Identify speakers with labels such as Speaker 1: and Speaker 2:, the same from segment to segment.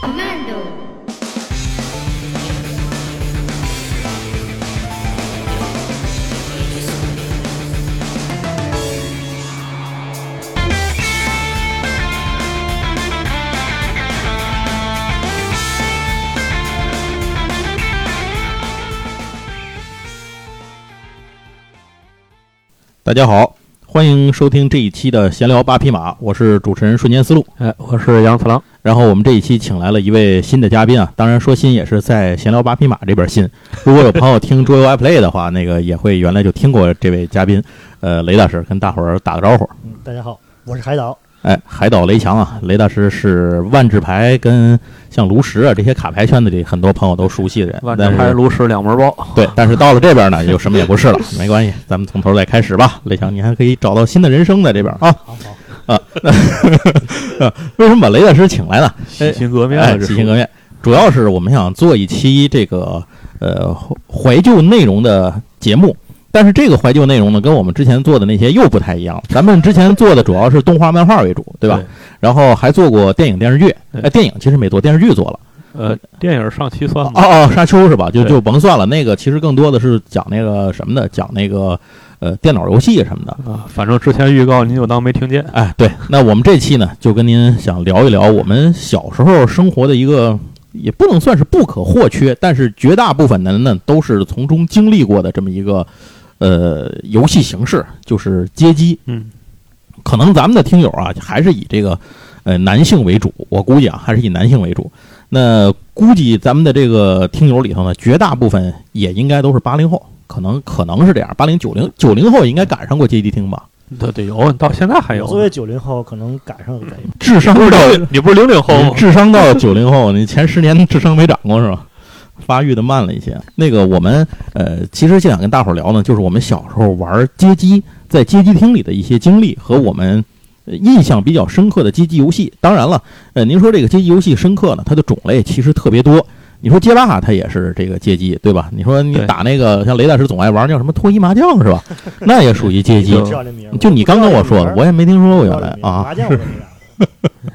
Speaker 1: Commando.
Speaker 2: Hello，大家好，欢迎收听这一期的闲聊八匹马，我是主持人瞬间思路。
Speaker 3: 哎，我是杨次郎。
Speaker 2: 然后我们这一期请来了一位新的嘉宾啊，当然说新也是在闲聊八匹马这边新。如果有朋友听桌游 iPlay 的话，那个也会原来就听过这位嘉宾，呃，雷大师跟大伙儿打个招呼。
Speaker 4: 嗯，大家好，我是海岛。
Speaker 2: 哎，海岛雷强啊，雷大师是万智牌跟像炉石啊这些卡牌圈子里很多朋友都熟悉的人，
Speaker 3: 万
Speaker 2: 但
Speaker 3: 智
Speaker 2: 是
Speaker 3: 牌炉石两门包，
Speaker 2: 对，但是到了这边呢，就什么也不是了，没关系，咱们从头再开始吧。雷强，你还可以找到新的人生在这边啊。
Speaker 4: 好好，
Speaker 2: 为什么把雷大师请来呢？
Speaker 3: 洗心革面
Speaker 2: 哎
Speaker 3: 了，，这
Speaker 2: 洗心
Speaker 3: 是
Speaker 2: 革面，主要是我们想做一期这个呃怀旧内容的节目。但是这个怀旧内容呢，跟我们之前做的那些又不太一 样。咱们之前做的主要是动画、漫画为主，对吧？
Speaker 3: 对
Speaker 2: 然后还做过电影、电视剧。
Speaker 3: 对
Speaker 2: 哎，电影其实没做，电视剧做了。
Speaker 3: 呃，电影上期算
Speaker 2: 哦
Speaker 3: 吗？
Speaker 2: 哦，沙丘是吧？就
Speaker 3: 对
Speaker 2: 就甭算了。那个其实更多的是讲那个什么的，讲那个呃电脑游戏什么的。
Speaker 3: 啊，反正之前预告您就当没听见。
Speaker 2: 哎，对，那我们这期呢，就跟您想聊一聊我们小时候生活的一个，也不能算是不可或缺，但是绝大部分人呢都是从中经历过的这么一个，呃，游戏形式，就是街机。
Speaker 3: 嗯，
Speaker 2: 可能咱们的听友啊，还是以这个，呃，男性为主，我估计啊，还是以男性为主。那估计咱们的这个听友里头呢，绝大部分也应该都是八零后，可能可能是这样，八零九零九零后也应该赶上过街机厅吧，
Speaker 3: 对对，有，到现在
Speaker 2: 哎
Speaker 3: 还有
Speaker 4: 我
Speaker 3: 呢。
Speaker 4: 作为九零后，可能赶上了咱们
Speaker 2: 智商
Speaker 3: 不是
Speaker 2: 到
Speaker 3: 零你不是零零后
Speaker 2: 你
Speaker 3: 吗？
Speaker 2: 智商到九零后，你前十年智商没长过是吧？发育的慢了一些。那个我们呃，其实就想跟大伙儿聊呢，就是我们小时候玩街机，在街机厅里的一些经历和我们呃印象比较深刻的街机游戏。当然了，呃，您说这个街机游戏深刻呢，它的种类其实特别多。你说街霸它也是这个街机，对吧？你说你
Speaker 3: 对
Speaker 2: 打那个像雷大师总爱玩叫什么脱衣麻将是 吧？那也属于街机
Speaker 4: 我。知道这名儿。
Speaker 2: 就你刚跟我说的，我也没听说过
Speaker 4: 不知
Speaker 2: 原
Speaker 4: 道这
Speaker 2: 来
Speaker 4: 名儿
Speaker 2: 啊。
Speaker 4: 麻将我都不知道。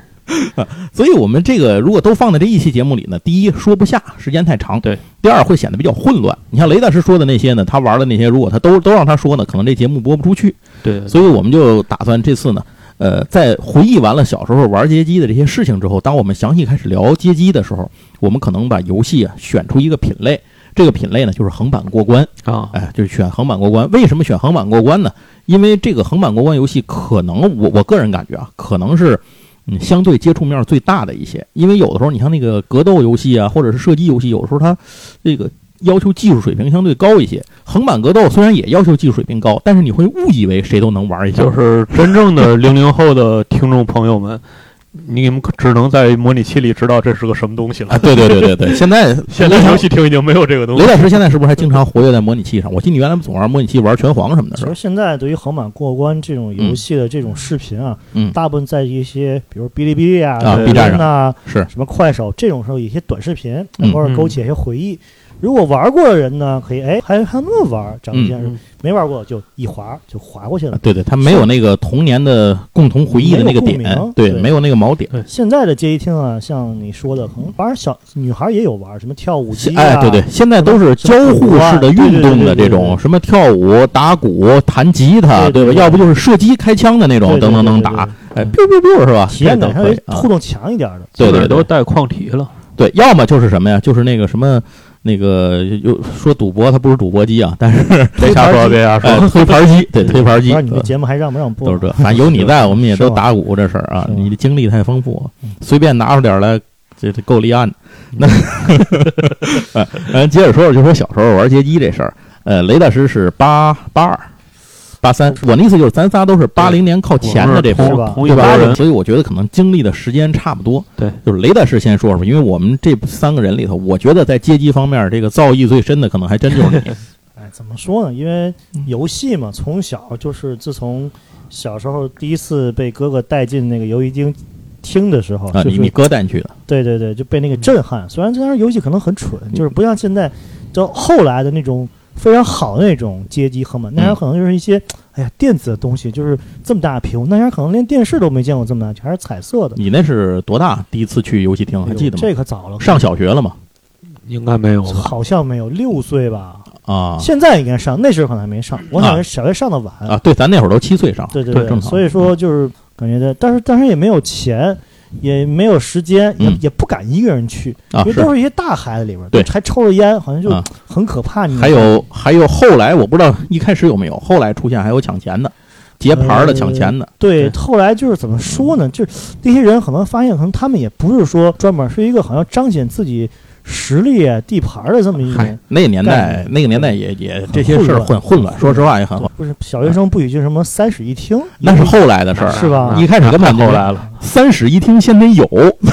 Speaker 2: 所以我们这个如果都放在这一期节目里呢，第一说不下，时间太长；
Speaker 3: 对，
Speaker 2: 第二会显得比较混乱。你像雷大师说的那些呢，他玩的那些，如果他都都让他说呢，可能这节目播不出去。
Speaker 3: 对，
Speaker 2: 所以我们就打算这次呢，呃，在回忆完了小时候玩街机的这些事情之后，当我们详细开始聊街机的时候，我们可能把游戏啊选出一个品类，这个品类呢就是横版过关。
Speaker 3: 啊，
Speaker 2: 哎，就是选横版过关。为什么选横版过关呢？因为这个横版过关游戏，可能我我个人感觉啊，可能是嗯相对接触面最大的一些。因为有的时候你像那个格斗游戏啊，或者是射击游戏，有的时候它这个要求技术水平相对高一些。横版格斗虽然也要求技术水平高，但是你会误以为谁都能玩一下。
Speaker 3: 就是真正的零零后的听众朋友们，你们可只能在模拟器里知道这是个什么东西
Speaker 2: 啊，
Speaker 3: 了。
Speaker 2: 对对对对对，现在
Speaker 3: 现在游戏厅已经没有这个东
Speaker 2: 雷
Speaker 3: 西。
Speaker 2: 老师现在是不是还经常活跃在模拟器上？我记得你原来总玩模拟器，玩拳皇什么的，
Speaker 4: 其
Speaker 2: 是吧
Speaker 4: 实？现在对于横版过关这种游戏的这种视频啊，
Speaker 2: 嗯
Speaker 4: 大部分在一些比如哔哩哔哩啊、
Speaker 2: 啊
Speaker 4: 抖
Speaker 2: B 站上
Speaker 4: 音呐、
Speaker 2: 是
Speaker 4: 什么快手这种时候，一些短视频
Speaker 2: 嗯
Speaker 4: 能够勾起一些回忆。如果玩过的人呢，可以哎，还还那么玩儿，长一见识；
Speaker 3: 嗯
Speaker 4: 没玩过就一划就划过去了
Speaker 2: 啊。对对，他没有那个童年的共同回忆的那个点哎
Speaker 4: 没有共鸣，对
Speaker 2: 没有那个锚点。
Speaker 4: 现在的街机厅啊，像你说的，可能玩儿小女孩儿也有玩儿什么跳舞机啊，
Speaker 2: 哎，对对，现在都是交互式的运动的这种，什么跳舞、打鼓、弹吉他，
Speaker 4: 对对
Speaker 2: 吧？
Speaker 4: 对
Speaker 2: 要不就是射击、开枪的那种，
Speaker 4: 对对
Speaker 2: 噔噔
Speaker 4: 对
Speaker 2: 噔
Speaker 4: 对
Speaker 2: 打
Speaker 4: 对，
Speaker 2: 哎，biu biu biu 是吧？
Speaker 4: 体验
Speaker 2: 这
Speaker 4: 感
Speaker 2: 都
Speaker 4: 稍
Speaker 2: 可
Speaker 4: 微
Speaker 2: 以啊
Speaker 4: 互动强一点儿的。
Speaker 2: 对
Speaker 3: 基
Speaker 2: 对
Speaker 3: 本都
Speaker 2: 对
Speaker 3: 带矿体了。
Speaker 2: 对，要么就是什么呀？就是那个什么。那个又说赌博，它不是赌博机啊，但是
Speaker 3: 别瞎说，别瞎
Speaker 2: 哎
Speaker 3: 啊说。
Speaker 2: 推牌机，对推牌
Speaker 4: 不
Speaker 2: 机呃
Speaker 4: 知道你们
Speaker 2: 对
Speaker 4: 节目还让不让播？
Speaker 2: 都是这，反正有你在，我们也都
Speaker 4: 是吧
Speaker 2: 打鼓这事儿啊
Speaker 4: 是。吧
Speaker 2: 你的经历太丰富
Speaker 4: 嗯，
Speaker 2: 随便拿出点儿来，这这够立案的。那， 呃，咱接着说说，就说小时候玩街机这事儿。呃，雷大师是八八二、八三，我那意思就是咱仨都是八零年靠前的这波
Speaker 4: 是
Speaker 3: 同
Speaker 4: 吧
Speaker 3: 同一
Speaker 2: 对
Speaker 3: 拨
Speaker 2: 吧？
Speaker 3: 人，
Speaker 2: 所以我觉得可能经历的时间差不多。
Speaker 3: 对，
Speaker 2: 就是雷大师先说说，因为我们这三个人里头，我觉得在街机方面这个造诣最深的，可能还真就是你。
Speaker 4: 哎，怎么说呢？因为游戏嘛，从小就是自从小时候第一次被哥哥带进那个游戏厅厅的时候，
Speaker 2: 啊，
Speaker 4: 就
Speaker 2: 你你
Speaker 4: 是
Speaker 2: 哥带你去的，
Speaker 4: 对对对，就被那个震撼。虽然这当时游戏可能很蠢，
Speaker 2: 嗯
Speaker 4: 就是不像
Speaker 2: 嗯
Speaker 4: 现在，就后来的那种非常好的那种街机横版，那还可能就是一些哎哎呀，电子的东西就是这么大的屏幕，那前儿可能连电视都没见过这么大，全是彩色的。
Speaker 2: 你那是多大第一次去游戏厅？还记得吗？
Speaker 4: 这可早了，
Speaker 2: 上小学了嘛？
Speaker 3: 应该没有吧？
Speaker 4: 好像没有六岁吧？
Speaker 2: 啊
Speaker 4: 现在应该上，那时候可能还没上。我小学小学上的晚，
Speaker 2: 啊，对，咱那会儿都七岁上，
Speaker 4: 对对
Speaker 2: 对，正常。嗯
Speaker 4: 所以说就是感觉在，但是当时也没有钱，也没有时间，也、
Speaker 2: 嗯
Speaker 4: 也不敢一个人去，
Speaker 2: 啊
Speaker 4: 因为
Speaker 2: 是
Speaker 4: 都是一些大孩子里边儿，
Speaker 2: 对
Speaker 4: 还抽着烟，好像就
Speaker 2: 啊
Speaker 4: 很可怕。你
Speaker 2: 还有还有后来我不知道一开始有没有，后来出现还有抢钱的，劫牌儿的、
Speaker 4: 呃
Speaker 2: 抢钱的，
Speaker 4: 对，后来就是怎么说呢？就是那些人可能发现，可能他们也不是说专门是一个好像彰显自己实力啊、地盘儿的这么一
Speaker 2: 嗨
Speaker 4: 个，，
Speaker 2: 那个年代
Speaker 4: 干
Speaker 2: 那个年代也也
Speaker 4: 很
Speaker 2: 这些事儿
Speaker 4: 混
Speaker 2: 很混乱，说实话也很混，
Speaker 4: 不是小学生不许进什么三室一厅，
Speaker 2: 啊那是后来的事儿，
Speaker 4: 是吧
Speaker 2: 一开始根本就
Speaker 3: 后来了，
Speaker 2: 三室一厅先得有，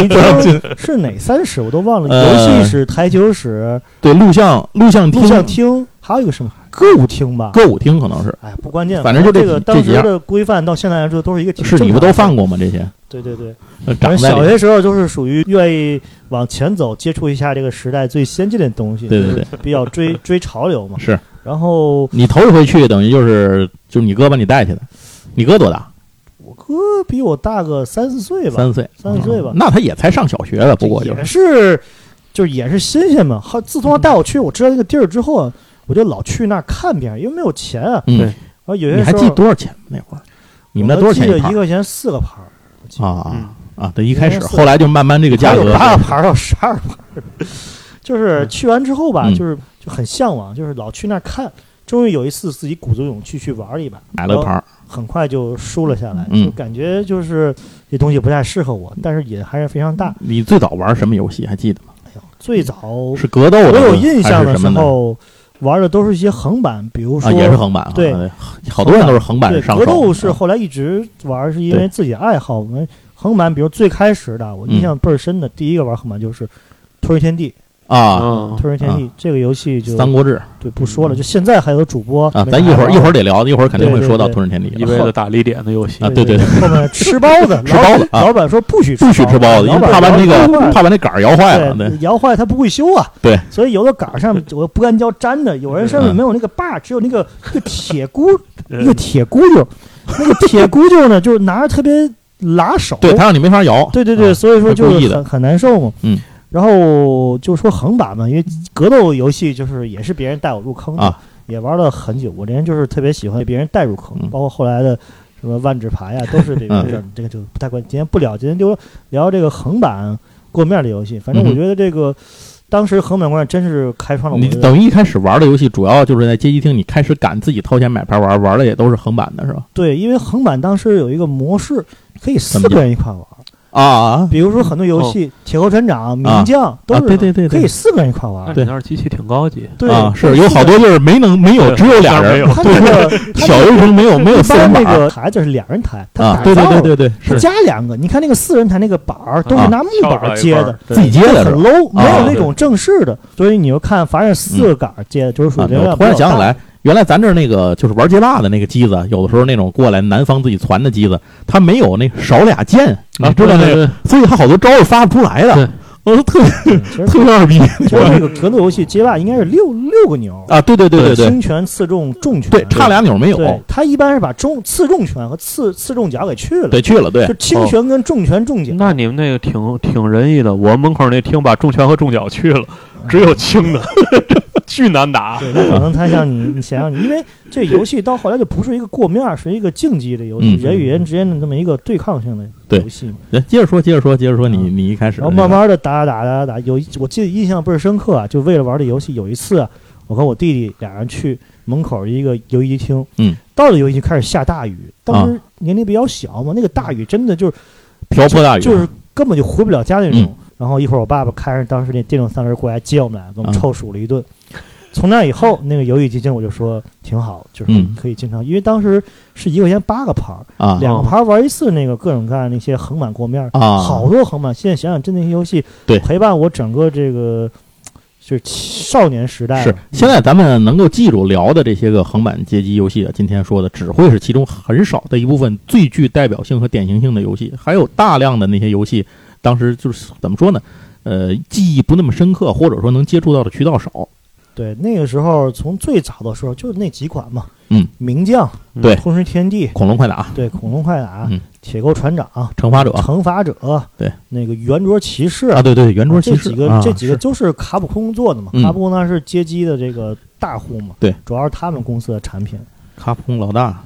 Speaker 4: 你
Speaker 2: 不让
Speaker 4: 知
Speaker 2: 进。
Speaker 4: 道 是哪三室我都忘了，
Speaker 2: 呃
Speaker 4: 游戏室、台球室、
Speaker 2: 对，录像录像厅
Speaker 4: 录、像厅，还有一个什么歌舞厅吧？
Speaker 2: 歌舞厅可能是，
Speaker 4: 哎，不关键，
Speaker 2: 反正就这
Speaker 4: 这个
Speaker 2: 几
Speaker 4: 当
Speaker 2: 这几
Speaker 4: 时
Speaker 2: 样
Speaker 4: 的规范到现在来说都是一个挺
Speaker 2: 是你
Speaker 4: 正
Speaker 2: 们
Speaker 4: 常
Speaker 2: 都
Speaker 4: 的
Speaker 2: 犯过吗？这些
Speaker 4: 对对对，
Speaker 2: 呃长
Speaker 4: 反正
Speaker 2: 在
Speaker 4: 小
Speaker 2: 里
Speaker 4: 学时候就是属于愿意往前走，接触一下这个时代最先进的东西，
Speaker 2: 对对对，
Speaker 4: 比较追 追潮流嘛。
Speaker 2: 是
Speaker 4: 然后
Speaker 2: 你头一回去，等于就是就是你哥把你带去的，你哥多大？
Speaker 4: 我哥比我大个三四岁吧，
Speaker 2: 三岁，
Speaker 4: 三四岁吧
Speaker 2: 嗯那他也才上小学了，不过就是
Speaker 4: 也是就是也是新鲜嘛。后自从他带我去，我知道这个地儿之后啊，我就老去那儿看别人，因为没有钱啊。
Speaker 2: 嗯
Speaker 3: 对，
Speaker 4: 然后有些
Speaker 2: 你还
Speaker 4: 时候
Speaker 2: 记多少钱那会儿？你们那多少钱
Speaker 4: 我记得
Speaker 2: 盘
Speaker 4: 一
Speaker 2: 儿
Speaker 4: 块钱四个盘儿，我记得
Speaker 2: 啊
Speaker 3: 嗯
Speaker 2: 啊？对，一开始，
Speaker 4: 14
Speaker 2: 后来就慢慢这个价
Speaker 4: 还有
Speaker 2: 格
Speaker 4: 八个盘儿到十二盘儿，就是去完之后吧，
Speaker 2: 嗯
Speaker 4: 就是就很向往，就是老去那儿看。终于有一次自己鼓足勇气去玩了一把，
Speaker 2: 买了个盘儿，
Speaker 4: 很快就输了下来，
Speaker 2: 嗯
Speaker 4: 就感觉就是这东西不太适合我，但是也还是非常大。哎
Speaker 2: 你最早玩什么游戏还记得吗？
Speaker 4: 最早我
Speaker 2: 是格斗的，
Speaker 4: 有印象
Speaker 2: 还
Speaker 4: 的
Speaker 2: 是
Speaker 4: 时
Speaker 2: 什么呢？
Speaker 4: 候，玩的都是一些横版，比如说、
Speaker 2: 啊，也是横版啊，
Speaker 4: 对，
Speaker 2: 好多人都是横版
Speaker 4: 对
Speaker 2: 上
Speaker 4: 格
Speaker 2: 手。啊
Speaker 4: 斗是后来一直玩，是因为
Speaker 2: 对嗯
Speaker 4: 自己爱好。我们横版，比如最开始的，我印象倍儿深的，第一个玩横版就是《吞食天地》。
Speaker 2: 啊，
Speaker 3: 嗯，
Speaker 4: 吞食天地、这个游戏就
Speaker 2: 《三国志》嗯
Speaker 4: 对不说了，就现在还有主播
Speaker 2: 啊，咱一会儿一会儿得聊，一会儿肯定会
Speaker 4: 对对
Speaker 2: 说到《
Speaker 4: 对
Speaker 2: 吞食天地
Speaker 3: 一》辈
Speaker 2: 了。
Speaker 3: 子打立点的游戏
Speaker 2: 啊，
Speaker 4: 对
Speaker 2: 对对，
Speaker 4: 后面吃包子
Speaker 2: 吃包子
Speaker 4: 老
Speaker 2: 啊
Speaker 4: 老板说不许
Speaker 2: 不许吃包子，因
Speaker 4: 老
Speaker 2: 为
Speaker 4: 板
Speaker 2: 怕把那
Speaker 4: 摇
Speaker 2: 个
Speaker 4: 坏
Speaker 2: 怕把那杆儿摇坏了。对
Speaker 4: 对，摇坏它不会修啊。
Speaker 2: 对，
Speaker 4: 所以有的杆 儿上面有个不干胶粘的，有人上面
Speaker 2: 嗯
Speaker 4: 没有那个把，只有那 个一个铁箍，一个
Speaker 3: 嗯
Speaker 4: 铁箍阄。那个铁箍阄呢，就是拿着特别拉手。
Speaker 2: 对，他让你没法摇。
Speaker 4: 对对对
Speaker 2: 啊
Speaker 4: 所以说
Speaker 2: 是
Speaker 4: 就
Speaker 2: 故意
Speaker 4: 是
Speaker 2: 的
Speaker 4: 很很难受嘛。
Speaker 2: 嗯。
Speaker 4: 然后就说横把嘛，因为格斗游戏就是也是别人带我入坑的，
Speaker 2: 啊
Speaker 4: 也玩了很久。我这人就是特别喜欢被别人带入坑，
Speaker 2: 嗯
Speaker 4: 包括后来的什么万智牌啊呀，都是这个、
Speaker 3: 嗯
Speaker 4: 这个就不太关。今天不聊，今天就聊这个横版过面的游戏。反正
Speaker 2: 嗯哼
Speaker 4: 我觉得这个、当时横版过面真是开创了
Speaker 2: 你
Speaker 4: 我的
Speaker 2: 等于一开始玩的游戏，主要就是在街机厅，你开始敢自己掏钱买牌玩，玩的也都是横版的，是吧？
Speaker 4: 对，因为横版当时有一个模式可以四
Speaker 2: 怎么讲
Speaker 4: 个人一块玩。
Speaker 2: 啊，
Speaker 4: 比如说很多游戏，铁头船长、名将都是
Speaker 2: 对对对对
Speaker 4: 可以四个人一块玩。
Speaker 3: 对，那机器挺高级，
Speaker 4: 对
Speaker 2: 啊，
Speaker 4: 都
Speaker 2: 是
Speaker 4: 四
Speaker 2: 有
Speaker 4: 个
Speaker 2: 好多就是没能没有，
Speaker 3: 对
Speaker 2: 只有俩
Speaker 3: 当然没
Speaker 2: 人
Speaker 3: 有，
Speaker 4: 他那个
Speaker 2: 小游戏厅没有没有
Speaker 4: 一
Speaker 2: 四人
Speaker 4: 般那
Speaker 2: 板儿
Speaker 4: 个台就是两人台，他
Speaker 2: 啊，
Speaker 4: 打
Speaker 2: 对对
Speaker 4: 造
Speaker 2: 对
Speaker 4: 的，
Speaker 2: 对对，
Speaker 4: 他
Speaker 2: 是
Speaker 4: 加两个。你看那个四人台那个板儿都是
Speaker 2: 啊
Speaker 4: 拿木板儿接的，
Speaker 3: 对
Speaker 2: 自己接的
Speaker 4: 很
Speaker 2: 是吧。啊
Speaker 4: low，没有那
Speaker 3: 对
Speaker 4: 种正式的。所以你就看，凡是四个杆儿接的，就是属
Speaker 2: 啊
Speaker 4: 于流
Speaker 2: 我
Speaker 4: 量
Speaker 2: 突
Speaker 4: 比
Speaker 2: 然想
Speaker 4: 较
Speaker 2: 起
Speaker 4: 大
Speaker 2: 来，原来咱这儿那个就是玩街霸的那个机子，有的时候那种过来南方自己传的机子，它没有那少俩键，你
Speaker 3: 啊
Speaker 2: 知道那个，
Speaker 3: 个
Speaker 2: 所以它好多招是发不出来
Speaker 3: 对
Speaker 2: 的。我说特 别
Speaker 4: 嗯其实
Speaker 2: 特别二逼
Speaker 4: 其实那个格斗游戏街霸应该是六六个钮儿，
Speaker 2: 啊！对对对对对
Speaker 4: 轻拳、刺中、重拳，
Speaker 2: 对，差俩钮没
Speaker 4: 对
Speaker 2: 有，，
Speaker 4: 他一般是把中刺中拳和刺刺中脚给去了，
Speaker 2: 对，哦去了，对
Speaker 4: 就，轻拳跟重拳重脚。
Speaker 3: 那你们那个挺挺仁义的，我门口那厅把重拳和重脚去了，只有轻的， 巨难打。
Speaker 4: 对，那可能他像你，你想想你，因为这游戏到后来就不是一个过面儿，是一个竞技的游戏，
Speaker 2: 嗯
Speaker 4: 人与人之间的这么一个对抗性的
Speaker 2: 对
Speaker 4: 游戏嘛。
Speaker 2: 来接着说，接着说，接着说，你
Speaker 4: 嗯
Speaker 2: 你一开始
Speaker 4: 然后
Speaker 2: 那个
Speaker 4: 慢慢的打打打打打，有一我记得印象倍儿深刻啊，就为了玩这游戏，有一次啊，我跟我弟弟俩人去门口一个游戏厅，
Speaker 2: 嗯，啊
Speaker 4: 到了游戏厅开始下大雨，当时年龄比较小嘛，那个大雨真的就是
Speaker 2: 瓢泼大雨，
Speaker 4: 就是根本就回不了家那种。
Speaker 2: 嗯
Speaker 4: 然后一会儿我爸爸开着当时那电动三轮过来接我们俩，给我
Speaker 2: 嗯
Speaker 4: 们臭数了一顿。从那以后，那个游戏基金我就说挺好，就是
Speaker 2: 嗯
Speaker 4: 可以经常，因为当时是一块钱八个盘儿，
Speaker 2: 啊
Speaker 4: 两个盘儿玩一次，那个各种各样的那些横版过面儿，
Speaker 2: 啊，
Speaker 4: 好多横版。现在想想，真的那些游戏
Speaker 2: 对
Speaker 4: 陪伴我整个这个就是少年时代
Speaker 2: 是
Speaker 4: 吧。
Speaker 2: 现在咱们能够记住聊的这些个横版街机游戏啊，今天说的只会是其中很少的一部分最具代表性和典型性的游戏，还有大量的那些游戏，当时就是怎么说呢？呃，记忆不那么深刻，或者说能接触到的渠道少。
Speaker 4: 对那个时候，从最早的时候就是那几款嘛，
Speaker 2: 嗯，
Speaker 4: 名将，
Speaker 2: 对
Speaker 4: 吞食天地，
Speaker 2: 恐龙快打、
Speaker 4: 对，恐龙快打
Speaker 2: 嗯，
Speaker 4: 铁钩船长，
Speaker 2: 惩罚者
Speaker 4: 惩罚者，
Speaker 2: 对，
Speaker 4: 那个圆桌骑士
Speaker 2: 啊，对对，圆桌骑
Speaker 4: 这
Speaker 2: 士
Speaker 4: 几个
Speaker 2: 啊
Speaker 4: 这几个
Speaker 2: 是
Speaker 4: 就是卡普空做的嘛，
Speaker 2: 嗯
Speaker 4: 卡普空当时是街机的这个大户嘛，
Speaker 2: 对，
Speaker 4: 主要是他们公司的产品。
Speaker 2: 卡普空老大，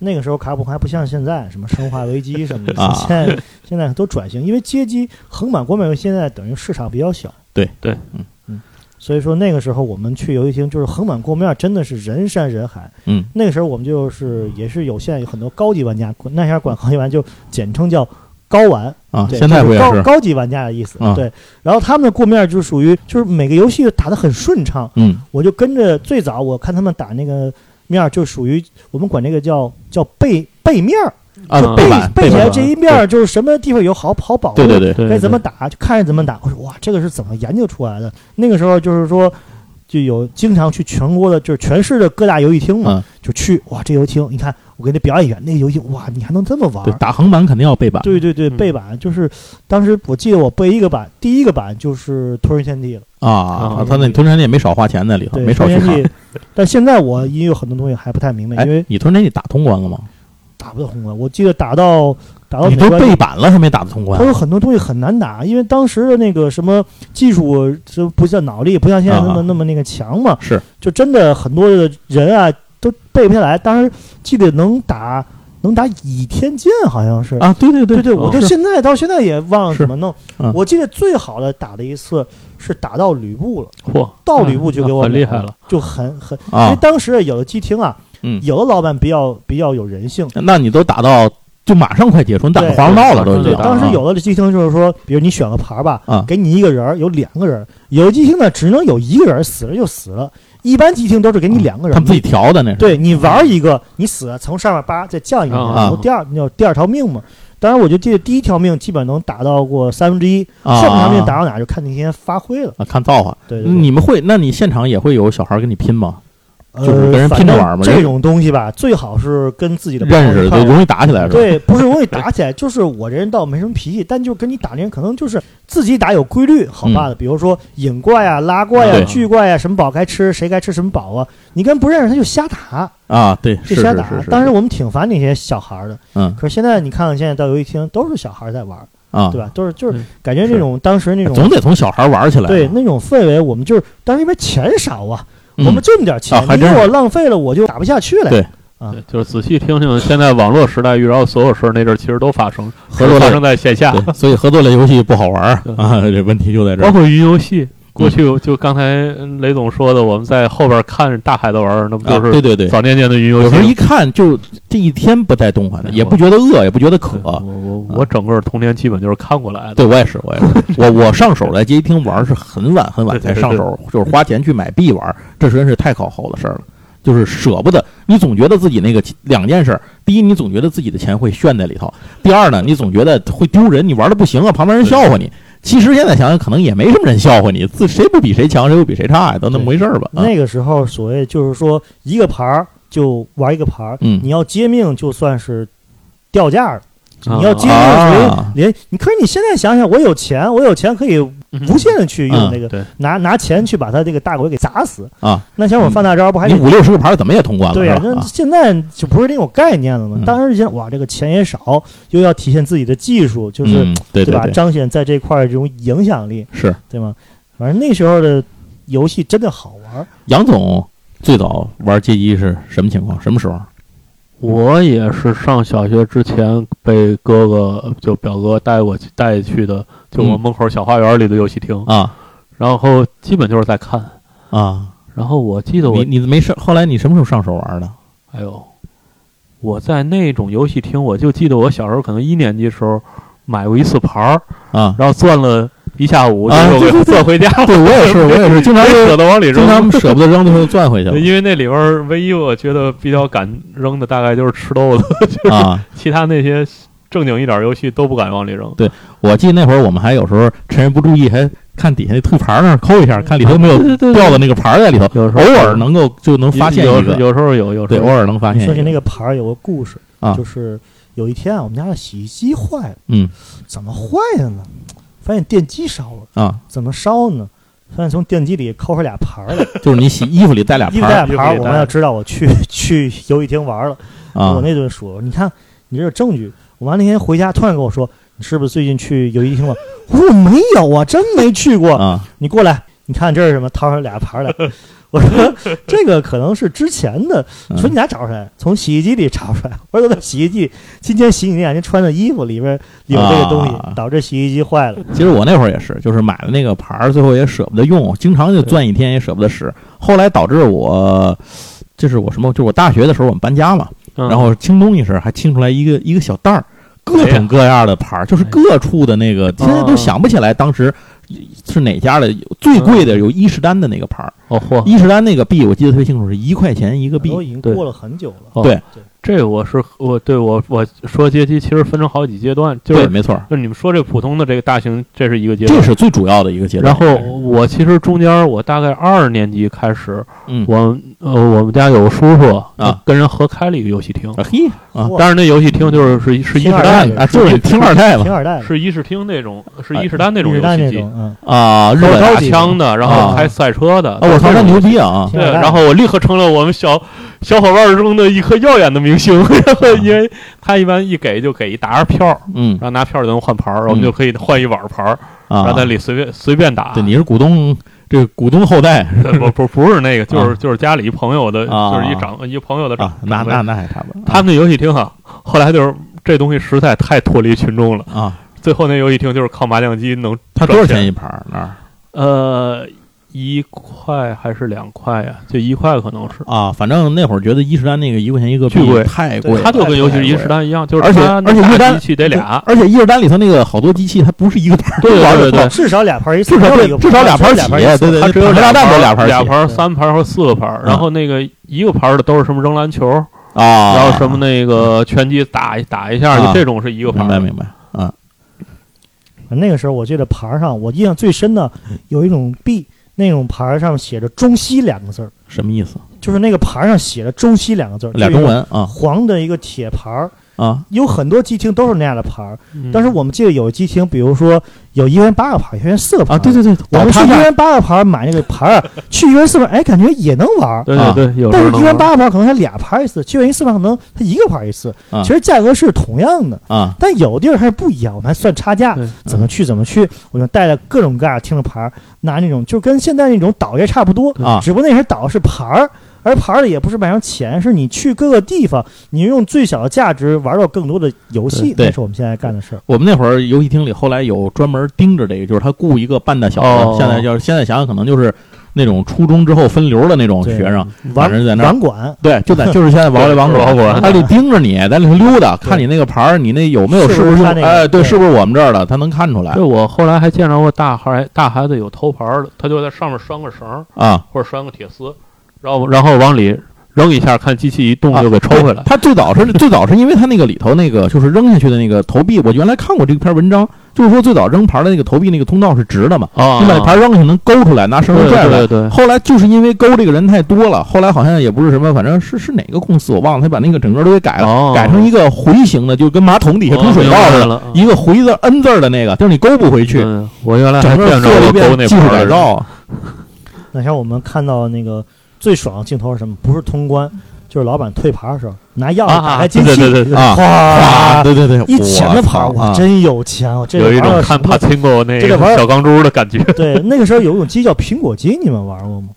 Speaker 4: 那个时候卡普空还不像现在什么生化危机什么的，
Speaker 2: 啊
Speaker 4: 现在现在都转型，因为街机横版国美游戏现在等于市场比较小，
Speaker 2: 对
Speaker 3: 对，
Speaker 2: 嗯
Speaker 4: 嗯，所以说那个时候我们去游戏厅就是横版国面真的是人山人海，
Speaker 2: 嗯，
Speaker 4: 那个时候我们就是也是有现在有很多高级玩家，那下管高级玩家就简称叫高玩，
Speaker 2: 啊，
Speaker 4: 对
Speaker 2: 现在
Speaker 4: 就
Speaker 2: 不也
Speaker 4: 高
Speaker 2: 是？
Speaker 4: 高级玩家的意思、
Speaker 2: 啊
Speaker 4: 对，然后他们的过面就属于就是每个游戏打得很顺畅，
Speaker 2: 嗯
Speaker 4: 我就跟着最早我看他们打那个面儿，就属于我们管这个叫叫背背面儿，
Speaker 2: 啊，
Speaker 4: 就
Speaker 2: 背
Speaker 4: 背
Speaker 2: 板
Speaker 4: 背
Speaker 2: 背
Speaker 4: 起来
Speaker 2: 板，啊
Speaker 4: 这一面儿就是什么地方有好好保护，
Speaker 2: 对对对，
Speaker 3: 对
Speaker 4: 该怎么打就看着怎么打。我说哇，这个是怎么研究出来的？那个时候就是说。就有经常去全国的，就是全市的各大游戏厅嘛，
Speaker 2: 嗯
Speaker 4: 就去哇，这游戏厅，你看我给你表演一下，那游戏哇，你还能这么玩
Speaker 2: 对
Speaker 4: 儿，，
Speaker 2: 打横板肯定要背板，
Speaker 4: 对对对，
Speaker 3: 嗯
Speaker 4: 背板就是当时我记得我背一个板，第一个板就是《吞食天地》了，
Speaker 2: 啊
Speaker 3: 啊，
Speaker 2: 他那吞天地没少花钱在里头，
Speaker 4: 对，
Speaker 2: 啊没少去
Speaker 4: 吞食
Speaker 2: 看
Speaker 4: 天。地。但现在我也有很多东西还不太明白，
Speaker 2: 哎
Speaker 4: 因为，
Speaker 2: 你吞天地打通关了吗？
Speaker 4: 打不到通关。我记得打到打到
Speaker 2: 你
Speaker 4: 哪
Speaker 2: 都
Speaker 4: 关，
Speaker 2: 背啊板了，还没打得通关
Speaker 4: 它有很多东西很难打，因为当时的那个什么技术，这不像脑力不像现在那么、
Speaker 2: 啊
Speaker 4: 那么那个强嘛，
Speaker 2: 是
Speaker 4: 就真的很多的人啊都背不下来。当时记得能打能打倚天剑，好像是
Speaker 2: 啊？对对对
Speaker 4: 对对，我
Speaker 2: 就
Speaker 4: 就现在到现在也忘了怎么弄
Speaker 2: 是嗯。
Speaker 4: 我记得最好的打的一次是打到吕布了，
Speaker 3: 嚯，
Speaker 4: 到吕布就给我
Speaker 3: 啊很厉害
Speaker 4: 秒
Speaker 3: 了，
Speaker 4: 就很很，因为
Speaker 2: 啊，
Speaker 4: 当时有的机厅啊，
Speaker 2: 嗯
Speaker 4: 有的老板比较比较有人性。
Speaker 2: 那你都打到就马上快结束，你打到
Speaker 4: 对
Speaker 2: 黄龙道了都已经。
Speaker 3: 对
Speaker 4: 对，
Speaker 3: 啊
Speaker 4: 当时有的机厅就是说，比如你选个牌儿吧
Speaker 2: 啊，
Speaker 4: 给你一个人儿，有两个人儿；有的机厅呢，只能有一个人儿，死了就死了。一般机厅都是给你两个人儿，
Speaker 2: 他们自己调的那是。
Speaker 4: 对你玩一个，你死了从上面叭再降一个，
Speaker 3: 啊
Speaker 4: 然后第二那第二条命嘛。当然，我就记得第一条命基本能打到过三分之一，
Speaker 2: 啊
Speaker 4: 后面条命打到哪儿就看那天发挥了。
Speaker 2: 啊，看造化。
Speaker 4: 对对对，
Speaker 2: 你们会？那你现场也会有小孩跟你拼吗？
Speaker 4: 呃
Speaker 2: 就是跟人拼着玩嘛
Speaker 4: 反正这种东西吧，最好是跟自己的朋友
Speaker 2: 认识
Speaker 4: 一块
Speaker 2: 就
Speaker 4: 玩
Speaker 2: 容易打起来是吧？
Speaker 4: 对，不是容易打起来，就是我这人倒没什么脾气，但就跟你打那人，可能就是自己打有规律好办的，比如说引怪啊、拉怪啊、
Speaker 2: 嗯对
Speaker 4: 聚怪啊，什么宝该吃，谁该吃什么宝啊，你跟不认识他就瞎打，
Speaker 2: 啊，对，
Speaker 4: 就是瞎
Speaker 2: 是
Speaker 4: 打。
Speaker 2: 是是。
Speaker 4: 当时我们挺烦那些小孩儿的，
Speaker 2: 嗯
Speaker 4: 可是现在你看看，现在到游戏厅都是小孩儿在玩儿，
Speaker 2: 啊，哎
Speaker 4: 对吧？都是就是
Speaker 3: 嗯
Speaker 4: 感觉那种当时那
Speaker 2: 总
Speaker 4: 种
Speaker 2: 得从小孩玩起来。
Speaker 4: 对那种氛围，我们就是当时因为钱少啊，
Speaker 2: 嗯
Speaker 4: 我们就那么点
Speaker 2: 啊
Speaker 4: 钱，
Speaker 2: 还
Speaker 4: 你给
Speaker 2: 真是
Speaker 4: 我浪费了，我就打不下去了。
Speaker 2: 对
Speaker 4: 啊
Speaker 3: 对，就是仔细听听，现在网络时代遇到所有事儿，那阵儿其实都发生，
Speaker 2: 合作
Speaker 3: 发
Speaker 2: 类
Speaker 3: 生在线下，
Speaker 2: 对，所以合作类游戏不好玩儿
Speaker 3: 对
Speaker 2: 啊，这问题就在这
Speaker 3: 包
Speaker 2: 儿。
Speaker 3: 括云游戏。过去就刚才雷总说的，我们在后边看着大海的玩儿，那不
Speaker 2: 啊
Speaker 3: 就
Speaker 2: 对
Speaker 3: 是
Speaker 2: 对对，
Speaker 3: 早年间的云游
Speaker 2: 有时候一
Speaker 3: 戏？
Speaker 2: 看就这一天不带动弹的，
Speaker 3: 对
Speaker 2: 也不觉得饿，也不觉得渴
Speaker 3: 对。我我我整个童年基本就是看过来的。
Speaker 2: 啊 对我也是，我也是，我我上手来街机厅玩儿是很晚很晚才
Speaker 3: 对对对
Speaker 2: 上手，就是花钱去买币玩儿，这实在是太靠后的事儿了。就是舍不得，你总觉得自己那个两件事儿：第一，你总觉得自己的钱会炫在里头；第二呢，你总觉得会丢人，你玩的不行啊，旁边人笑话你。其实现在想想，可能也没什么人笑话你，自谁不比谁强，谁不比谁差呀，都那么回事儿吧。啊
Speaker 4: 那个时候所谓就是说一个牌儿就玩一个牌儿，
Speaker 2: 嗯
Speaker 4: 你要接命就算是掉价儿了。
Speaker 3: 啊
Speaker 4: 你要接命
Speaker 2: 啊
Speaker 4: 谁连你？可是你现在想想，我有钱，我有钱可以无限的去用那个、
Speaker 3: 嗯对
Speaker 4: 拿拿钱去把他这个大鬼给砸死。
Speaker 2: 啊，
Speaker 4: 那像我犯大招不还
Speaker 2: 你
Speaker 4: 得？
Speaker 2: 五六十个牌怎么也通关了，
Speaker 4: 对呀、
Speaker 2: 是吧
Speaker 4: 那
Speaker 2: 啊
Speaker 4: 现在就不是那种概念了嘛。
Speaker 2: 嗯
Speaker 4: 当时现在哇，这个钱也少，又要体现自己的技术，就是、
Speaker 2: 嗯，对
Speaker 4: 吧？
Speaker 2: 对，
Speaker 4: 彰显在这块儿这种影响力，
Speaker 2: 是
Speaker 4: 对吗？反正那时候的游戏真的好玩儿。
Speaker 2: 杨总最早玩街机是什么情况？什么时候？
Speaker 3: 我也是上小学之前被哥哥就表哥带我去带去的，就我
Speaker 2: 嗯
Speaker 3: 门口小花园里的游戏厅，
Speaker 2: 啊
Speaker 3: 然后基本就是在看。
Speaker 2: 啊，
Speaker 3: 然后我记得我，
Speaker 2: 你你没事，后来你什么时候上手玩的？
Speaker 3: 哎呦，我在那种游戏厅，我就记得我小时候可能一年级时候买过一次牌儿，
Speaker 2: 啊，
Speaker 3: 然后攥了一下午，
Speaker 2: 啊
Speaker 3: 就给攥回家了。
Speaker 2: 对我也 是，我也是，经常
Speaker 3: 没舍得往 里
Speaker 2: 经常
Speaker 3: 扔。
Speaker 2: 舍不得扔的时候攥回去
Speaker 3: 对 因为那里边儿唯一我觉得比较敢扔的，大概就是吃豆子，
Speaker 2: 了啊。
Speaker 3: 其他那些正经一点儿游戏都不敢往里扔。
Speaker 2: 我记得那会儿我们还有时候趁人不注意，还看底下那退牌那儿抠一下，看里头有没有
Speaker 3: 对对对
Speaker 2: 掉的那个牌在里头。
Speaker 3: 有时候
Speaker 2: 偶尔能够就能发现
Speaker 3: 有
Speaker 2: 一个，
Speaker 3: 有时候有，有时
Speaker 2: 对，偶
Speaker 3: 候
Speaker 2: 尔能发现
Speaker 4: 说
Speaker 2: 一
Speaker 4: 起那
Speaker 2: 个
Speaker 4: 个牌儿有个故事
Speaker 2: 哎啊
Speaker 4: 就是有一天啊，我们家的洗衣机坏了，
Speaker 2: 嗯
Speaker 4: 怎么坏的呢？发现电机烧了，
Speaker 2: 啊
Speaker 4: 怎么烧呢？算从电机里抠出俩盘儿来，
Speaker 2: 就是你洗衣服里带 俩
Speaker 4: 一
Speaker 2: 盘
Speaker 4: 个带
Speaker 2: 儿
Speaker 4: 俩盘
Speaker 3: 衣服里
Speaker 4: 儿，
Speaker 3: 带
Speaker 4: 我们要知道我去 去游戏厅玩了。
Speaker 2: 啊
Speaker 4: 我，那顿数，你看你这有证据。我妈那天回家突然跟我说：“你是不是最近去游戏厅了？” 我说：“我没有啊，真没去过。
Speaker 2: 啊，
Speaker 4: 你过来，你看这是什么？掏出俩盘 儿来。我说：“这个可能是之前的。”
Speaker 2: 嗯
Speaker 4: 从你哪找出来？从洗衣机里找出来。 我说：“在洗衣机今天洗你那两天穿的衣服里边有这个东西
Speaker 2: 啊，
Speaker 4: 导致洗衣机坏了。
Speaker 2: 其实我那会儿也是，就是买了那个牌儿，最后也舍不得用，经常就攥一天也舍不得使。后来导致我，这是我什么？就是我大学的时候我们搬家嘛，
Speaker 3: 嗯
Speaker 2: 然后清东西时还清出来一个一个小袋儿，各种各样的牌儿，就是各处的那个，现在都想不起来当时是哪家的。最贵的有伊势丹的那个牌儿，
Speaker 3: 哦嚯，
Speaker 2: 伊势丹那个币我记得特别清楚，是一块钱一个”币
Speaker 4: 都已经过了很久了。
Speaker 3: 哦
Speaker 2: 对
Speaker 3: 这个我是我对我我说阶梯其实分成好几阶段，就
Speaker 2: 对，
Speaker 3: 是
Speaker 2: 没错儿，
Speaker 3: 就你们说这普通的这个大型，这是一个阶段
Speaker 2: 这。是最主要的一个阶段。
Speaker 3: 然后我其实中间我大概二年级开始，
Speaker 2: 嗯，
Speaker 3: 我呃我们家有叔叔
Speaker 2: 啊
Speaker 3: 跟人合开了一个游戏厅，
Speaker 2: 啊嘿啊，
Speaker 4: 哇
Speaker 3: 但是那游戏厅就是是是伊
Speaker 4: 听
Speaker 3: 势
Speaker 4: 二
Speaker 3: 丹
Speaker 4: 代
Speaker 2: 啊，就是听二代吧
Speaker 4: 挺二代的，
Speaker 3: 是伊势厅那种是
Speaker 2: 哎
Speaker 3: 伊势丹那种
Speaker 4: 日
Speaker 3: 游
Speaker 4: 代
Speaker 3: 戏
Speaker 4: 那
Speaker 3: 机
Speaker 4: 种，，嗯，
Speaker 2: 啊，日
Speaker 3: 是
Speaker 2: 本
Speaker 3: 打
Speaker 2: 啊
Speaker 4: 高级的
Speaker 3: 枪的，然后
Speaker 2: 啊
Speaker 3: 开赛车的。
Speaker 2: 我操，
Speaker 3: 这
Speaker 2: 那
Speaker 3: 种
Speaker 2: 牛逼啊！
Speaker 4: 挺
Speaker 3: 对，
Speaker 4: 二代的
Speaker 3: 然后我立刻成了我们小小伙伴中的一颗耀眼的明星， 然后因为他一般一给就给一打上票，
Speaker 2: 嗯
Speaker 3: 然后拿票就能换牌儿，然后我们就可以换一碗牌儿，
Speaker 2: 啊，
Speaker 3: 然后在里随便随便打。
Speaker 2: 对，你是股东，这个股东后代
Speaker 3: 对不不不是那个，就是就是家里一朋友的，
Speaker 2: 啊
Speaker 3: 就是一长一朋友的长
Speaker 2: 啊，，那
Speaker 3: 长辈
Speaker 2: 那那还差不多。
Speaker 3: 他们那游戏厅啊，后来就是这东西实在太脱离群众了，
Speaker 2: 啊，
Speaker 3: 最后那游戏厅就是靠麻将机能
Speaker 2: 他多少
Speaker 3: 赚
Speaker 2: 钱一盘儿那儿
Speaker 3: 呃，一块还是两块呀、就一块可能是。
Speaker 2: 啊？反正那会儿觉得伊势丹那个一块钱一个币
Speaker 3: 巨贵
Speaker 2: 太贵了，
Speaker 3: 它就跟游戏
Speaker 2: 太贵
Speaker 3: 一
Speaker 2: 了
Speaker 3: 时单一样，就是
Speaker 2: 而且
Speaker 3: 它
Speaker 2: 而且
Speaker 3: 大
Speaker 2: 一单
Speaker 3: 机器得俩，
Speaker 2: 而且伊势丹里头那个好多机器，它不是一个盘儿，
Speaker 3: 对对对对
Speaker 4: 至少俩盘儿一次，
Speaker 2: 至少
Speaker 4: 没有
Speaker 2: 得
Speaker 4: 一个
Speaker 2: 至少俩
Speaker 4: 盘
Speaker 2: 盘
Speaker 4: 儿
Speaker 2: 儿
Speaker 4: 只有
Speaker 2: 起
Speaker 4: 俩，盘儿一次
Speaker 2: 对对，
Speaker 3: 它只有
Speaker 2: 坦克大战都
Speaker 3: 俩盘
Speaker 2: 是
Speaker 3: 儿
Speaker 2: 俩盘
Speaker 3: 俩
Speaker 2: 儿起嗯
Speaker 3: 盘儿、
Speaker 4: 对
Speaker 3: 三盘儿和四个盘儿，然后那个一个盘儿的都是什么扔篮球，
Speaker 2: 啊，
Speaker 3: 然后什么那个拳击打一打一下，
Speaker 2: 啊
Speaker 3: 就这种是一个盘
Speaker 2: 明
Speaker 3: 儿
Speaker 2: 白。明白啊
Speaker 4: 那个时候我记得牌儿上，我印象最深的有一种币，那种牌儿上写着“中西”两个字儿，
Speaker 2: 什么意思？
Speaker 4: 就是那个牌儿上写着“中西”两个字儿，
Speaker 2: 俩
Speaker 4: 就是
Speaker 2: 中文啊
Speaker 4: 黄的一个铁牌儿。
Speaker 2: 啊
Speaker 4: 有很多机厅都是那样的牌儿，
Speaker 3: 嗯
Speaker 4: 但是我们记得有机厅，比如说有一元八个牌，一元四个牌
Speaker 2: 啊！对，对对，
Speaker 4: 我们去
Speaker 2: 他
Speaker 4: 一
Speaker 2: 那
Speaker 4: 元八个牌买那个牌 儿，去一元四个牌，哎，感觉也能玩儿。
Speaker 3: 对
Speaker 2: 啊
Speaker 3: 对对，有时
Speaker 4: 但
Speaker 3: 候
Speaker 4: 是
Speaker 3: 能
Speaker 4: 一元
Speaker 3: 玩
Speaker 4: 八个牌可能才俩牌儿一次，去元四个牌可能它一个牌儿一次，
Speaker 2: 啊
Speaker 4: 其实价格是同样的。
Speaker 2: 啊
Speaker 4: 但有的地儿它是不一样，我们还算差价
Speaker 3: 对，
Speaker 4: 怎么去怎么去，我就带着各种各样的听着牌儿，拿那种就跟现在那种倒也差不多，
Speaker 2: 啊
Speaker 4: 只不过那是倒是牌儿，而牌儿的也不是卖成钱，是你去各个地方，你用最小的价值玩到更多的游戏，
Speaker 2: 对对
Speaker 4: 那是我们现在干的事儿。
Speaker 2: 我们那会儿游戏厅里后来有专门盯着这个，就是他雇一个半大小子，
Speaker 3: 哦
Speaker 2: 现在要现在想想可能就是那种初中之后分流的那种
Speaker 4: 对
Speaker 2: 学生，
Speaker 4: 玩
Speaker 2: 反正在那儿。
Speaker 4: 网管
Speaker 2: 对，就在就是现在玩来玩
Speaker 3: 玩
Speaker 2: 去，
Speaker 3: 玩
Speaker 2: 他就盯着你在里头溜达，看你那个牌儿，你那有没有
Speaker 4: 是
Speaker 2: 是
Speaker 4: 不
Speaker 2: 不
Speaker 4: 是
Speaker 2: 是
Speaker 4: 他那个
Speaker 2: 哎对，
Speaker 4: 对
Speaker 2: 是不是我们这儿的？他能看出来
Speaker 3: 对，我后来还见着过大孩大孩子有偷牌儿的，他就在上面拴个绳儿
Speaker 2: 啊。
Speaker 3: 或者拴个铁丝，然后然后往里扔一下，看机器一
Speaker 2: 啊
Speaker 3: 动就给抽回来。
Speaker 2: 他最早是最早是因为他那个里头那个就是扔下去的那个投币，我原来看过这篇文章，就是说最早扔牌儿的那个投币那个通道是直的嘛，
Speaker 3: 啊，
Speaker 2: 你把牌儿扔下去能勾出来，拿绳
Speaker 3: 对
Speaker 2: 子拽出来
Speaker 3: 对对，对，
Speaker 2: 后来就是因为勾这个人太多了，后来好像也不是什么，反正是是哪个公司我忘了，他把那个整个都给改了，
Speaker 3: 哦
Speaker 2: 改成一个回形的，就跟马桶底下通水道似的，
Speaker 3: 了啊
Speaker 2: 一个回字 N 字儿的那个，就是你勾不回去，
Speaker 3: 嗯，我原来还
Speaker 2: 整个
Speaker 3: 见着
Speaker 2: 做了一
Speaker 3: 过
Speaker 2: 遍
Speaker 3: 勾那
Speaker 2: 技术
Speaker 3: 牌
Speaker 2: 改
Speaker 3: 儿啊的，
Speaker 2: 造。
Speaker 4: 那像我们看到那个最爽的镜头是什么？不是通关，就是老板退牌的时候，拿钥匙打开机
Speaker 3: 对对
Speaker 4: 器，
Speaker 3: 对对。
Speaker 2: 啊
Speaker 4: 哗，
Speaker 2: 对对对，
Speaker 4: 一钱的牌儿，
Speaker 2: 我操
Speaker 4: 我
Speaker 2: 啊
Speaker 4: 真有钱，我这
Speaker 3: 有一
Speaker 4: 玩
Speaker 3: 种
Speaker 4: 了
Speaker 3: 看
Speaker 4: 什么
Speaker 3: 帕金狗那
Speaker 4: 这个玩
Speaker 3: 个
Speaker 4: 儿
Speaker 3: 小钢珠的感觉，
Speaker 4: 对，那个时候有一种机叫苹果机，你们玩过吗？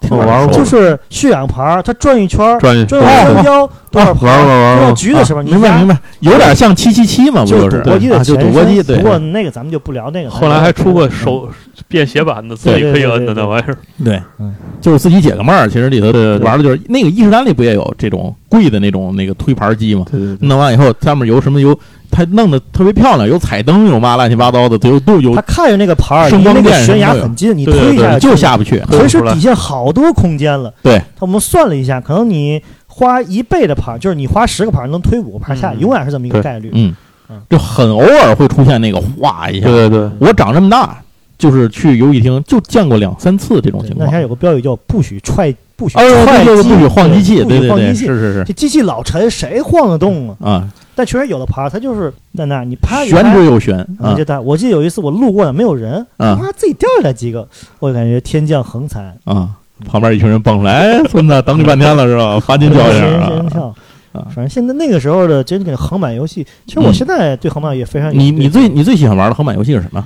Speaker 2: 挺
Speaker 3: 我玩
Speaker 2: 好
Speaker 3: 过
Speaker 2: 玩
Speaker 4: 就
Speaker 2: 的
Speaker 4: 是血氧牌儿，它转一圈儿，
Speaker 3: 转
Speaker 4: 转一圈儿腰多少盘
Speaker 3: 玩
Speaker 4: 儿，
Speaker 3: 过玩
Speaker 4: 多
Speaker 3: 过
Speaker 4: 少，局的时候，
Speaker 2: 啊
Speaker 4: 你
Speaker 2: 明白
Speaker 4: 压
Speaker 2: 明白，有点像七七七嘛，不
Speaker 4: 就是赌博机
Speaker 2: 啊
Speaker 4: 的
Speaker 2: 就
Speaker 4: 前
Speaker 2: 赌博机
Speaker 4: 身。
Speaker 2: 对
Speaker 4: 不过那个咱们就不聊那个。
Speaker 3: 后来还出过
Speaker 4: 嗯。
Speaker 3: 手便携版的，自己可以摁的那玩意儿。
Speaker 2: 对
Speaker 4: 嗯，
Speaker 2: 就是自己解个闷儿，其实里头
Speaker 3: 对对对
Speaker 2: 玩的就是那个伊势丹里不也有这种贵的那种那个推牌机吗？
Speaker 3: 对对对，
Speaker 2: 弄完以后，上面有什么有，它弄得特别漂亮，有彩灯，有嘛乱七八糟的，有都有
Speaker 4: 他，看着那个牌儿，
Speaker 2: 声
Speaker 4: 离
Speaker 2: 光
Speaker 4: 那个
Speaker 2: 电什么
Speaker 4: 悬崖
Speaker 2: 都有
Speaker 4: 很近，你
Speaker 3: 对对
Speaker 4: 推一
Speaker 3: 对
Speaker 4: 下
Speaker 2: 就下不去。
Speaker 4: 其实底下好多空间了。
Speaker 2: 对，
Speaker 4: 我们算了一下，可能你花一倍的牌，就是你花十个牌能推五个牌下，
Speaker 3: 嗯
Speaker 4: 永远是这么一个
Speaker 3: 对
Speaker 4: 概率。
Speaker 2: 嗯
Speaker 4: 嗯，
Speaker 2: 就很偶尔会出现那个哗一下。
Speaker 3: 对对对，
Speaker 2: 我长这么大，就是去游戏厅就见过两三次这种
Speaker 4: 对
Speaker 2: 情
Speaker 4: 那
Speaker 2: 况
Speaker 4: 现在。有个标语叫“不许踹，不许
Speaker 2: 哎呦，
Speaker 4: 踹
Speaker 2: 对对对，
Speaker 4: 机，
Speaker 2: 不许晃机器，
Speaker 4: 不
Speaker 2: 对
Speaker 4: 许
Speaker 2: 对
Speaker 4: 晃
Speaker 2: 对，
Speaker 4: 机
Speaker 2: 是
Speaker 4: 器。
Speaker 2: 是是
Speaker 4: 这机器老沉，谁晃得动啊？
Speaker 2: 啊，
Speaker 4: 但确实有的牌儿，它就是在那儿，你啪一
Speaker 2: 玄
Speaker 4: 拍
Speaker 2: 之又玄
Speaker 4: 啊，
Speaker 2: 啊
Speaker 4: 就带。我记得有一次我路过了没有人，
Speaker 2: 啊
Speaker 4: 哇，自己掉下来几个，我感觉天降横财，
Speaker 2: 啊！旁边一群人蹦出来，哎，孙子等你半天了是 吧？罚金交一下
Speaker 4: 人
Speaker 2: 啊
Speaker 4: 人！跳。
Speaker 2: 啊
Speaker 4: 反正现在那个时候的真的横版游戏，其实我
Speaker 2: 嗯
Speaker 4: 现在对横版也非常有
Speaker 2: 你
Speaker 4: 兴趣
Speaker 2: 你最你最喜欢玩的横版游戏是什么？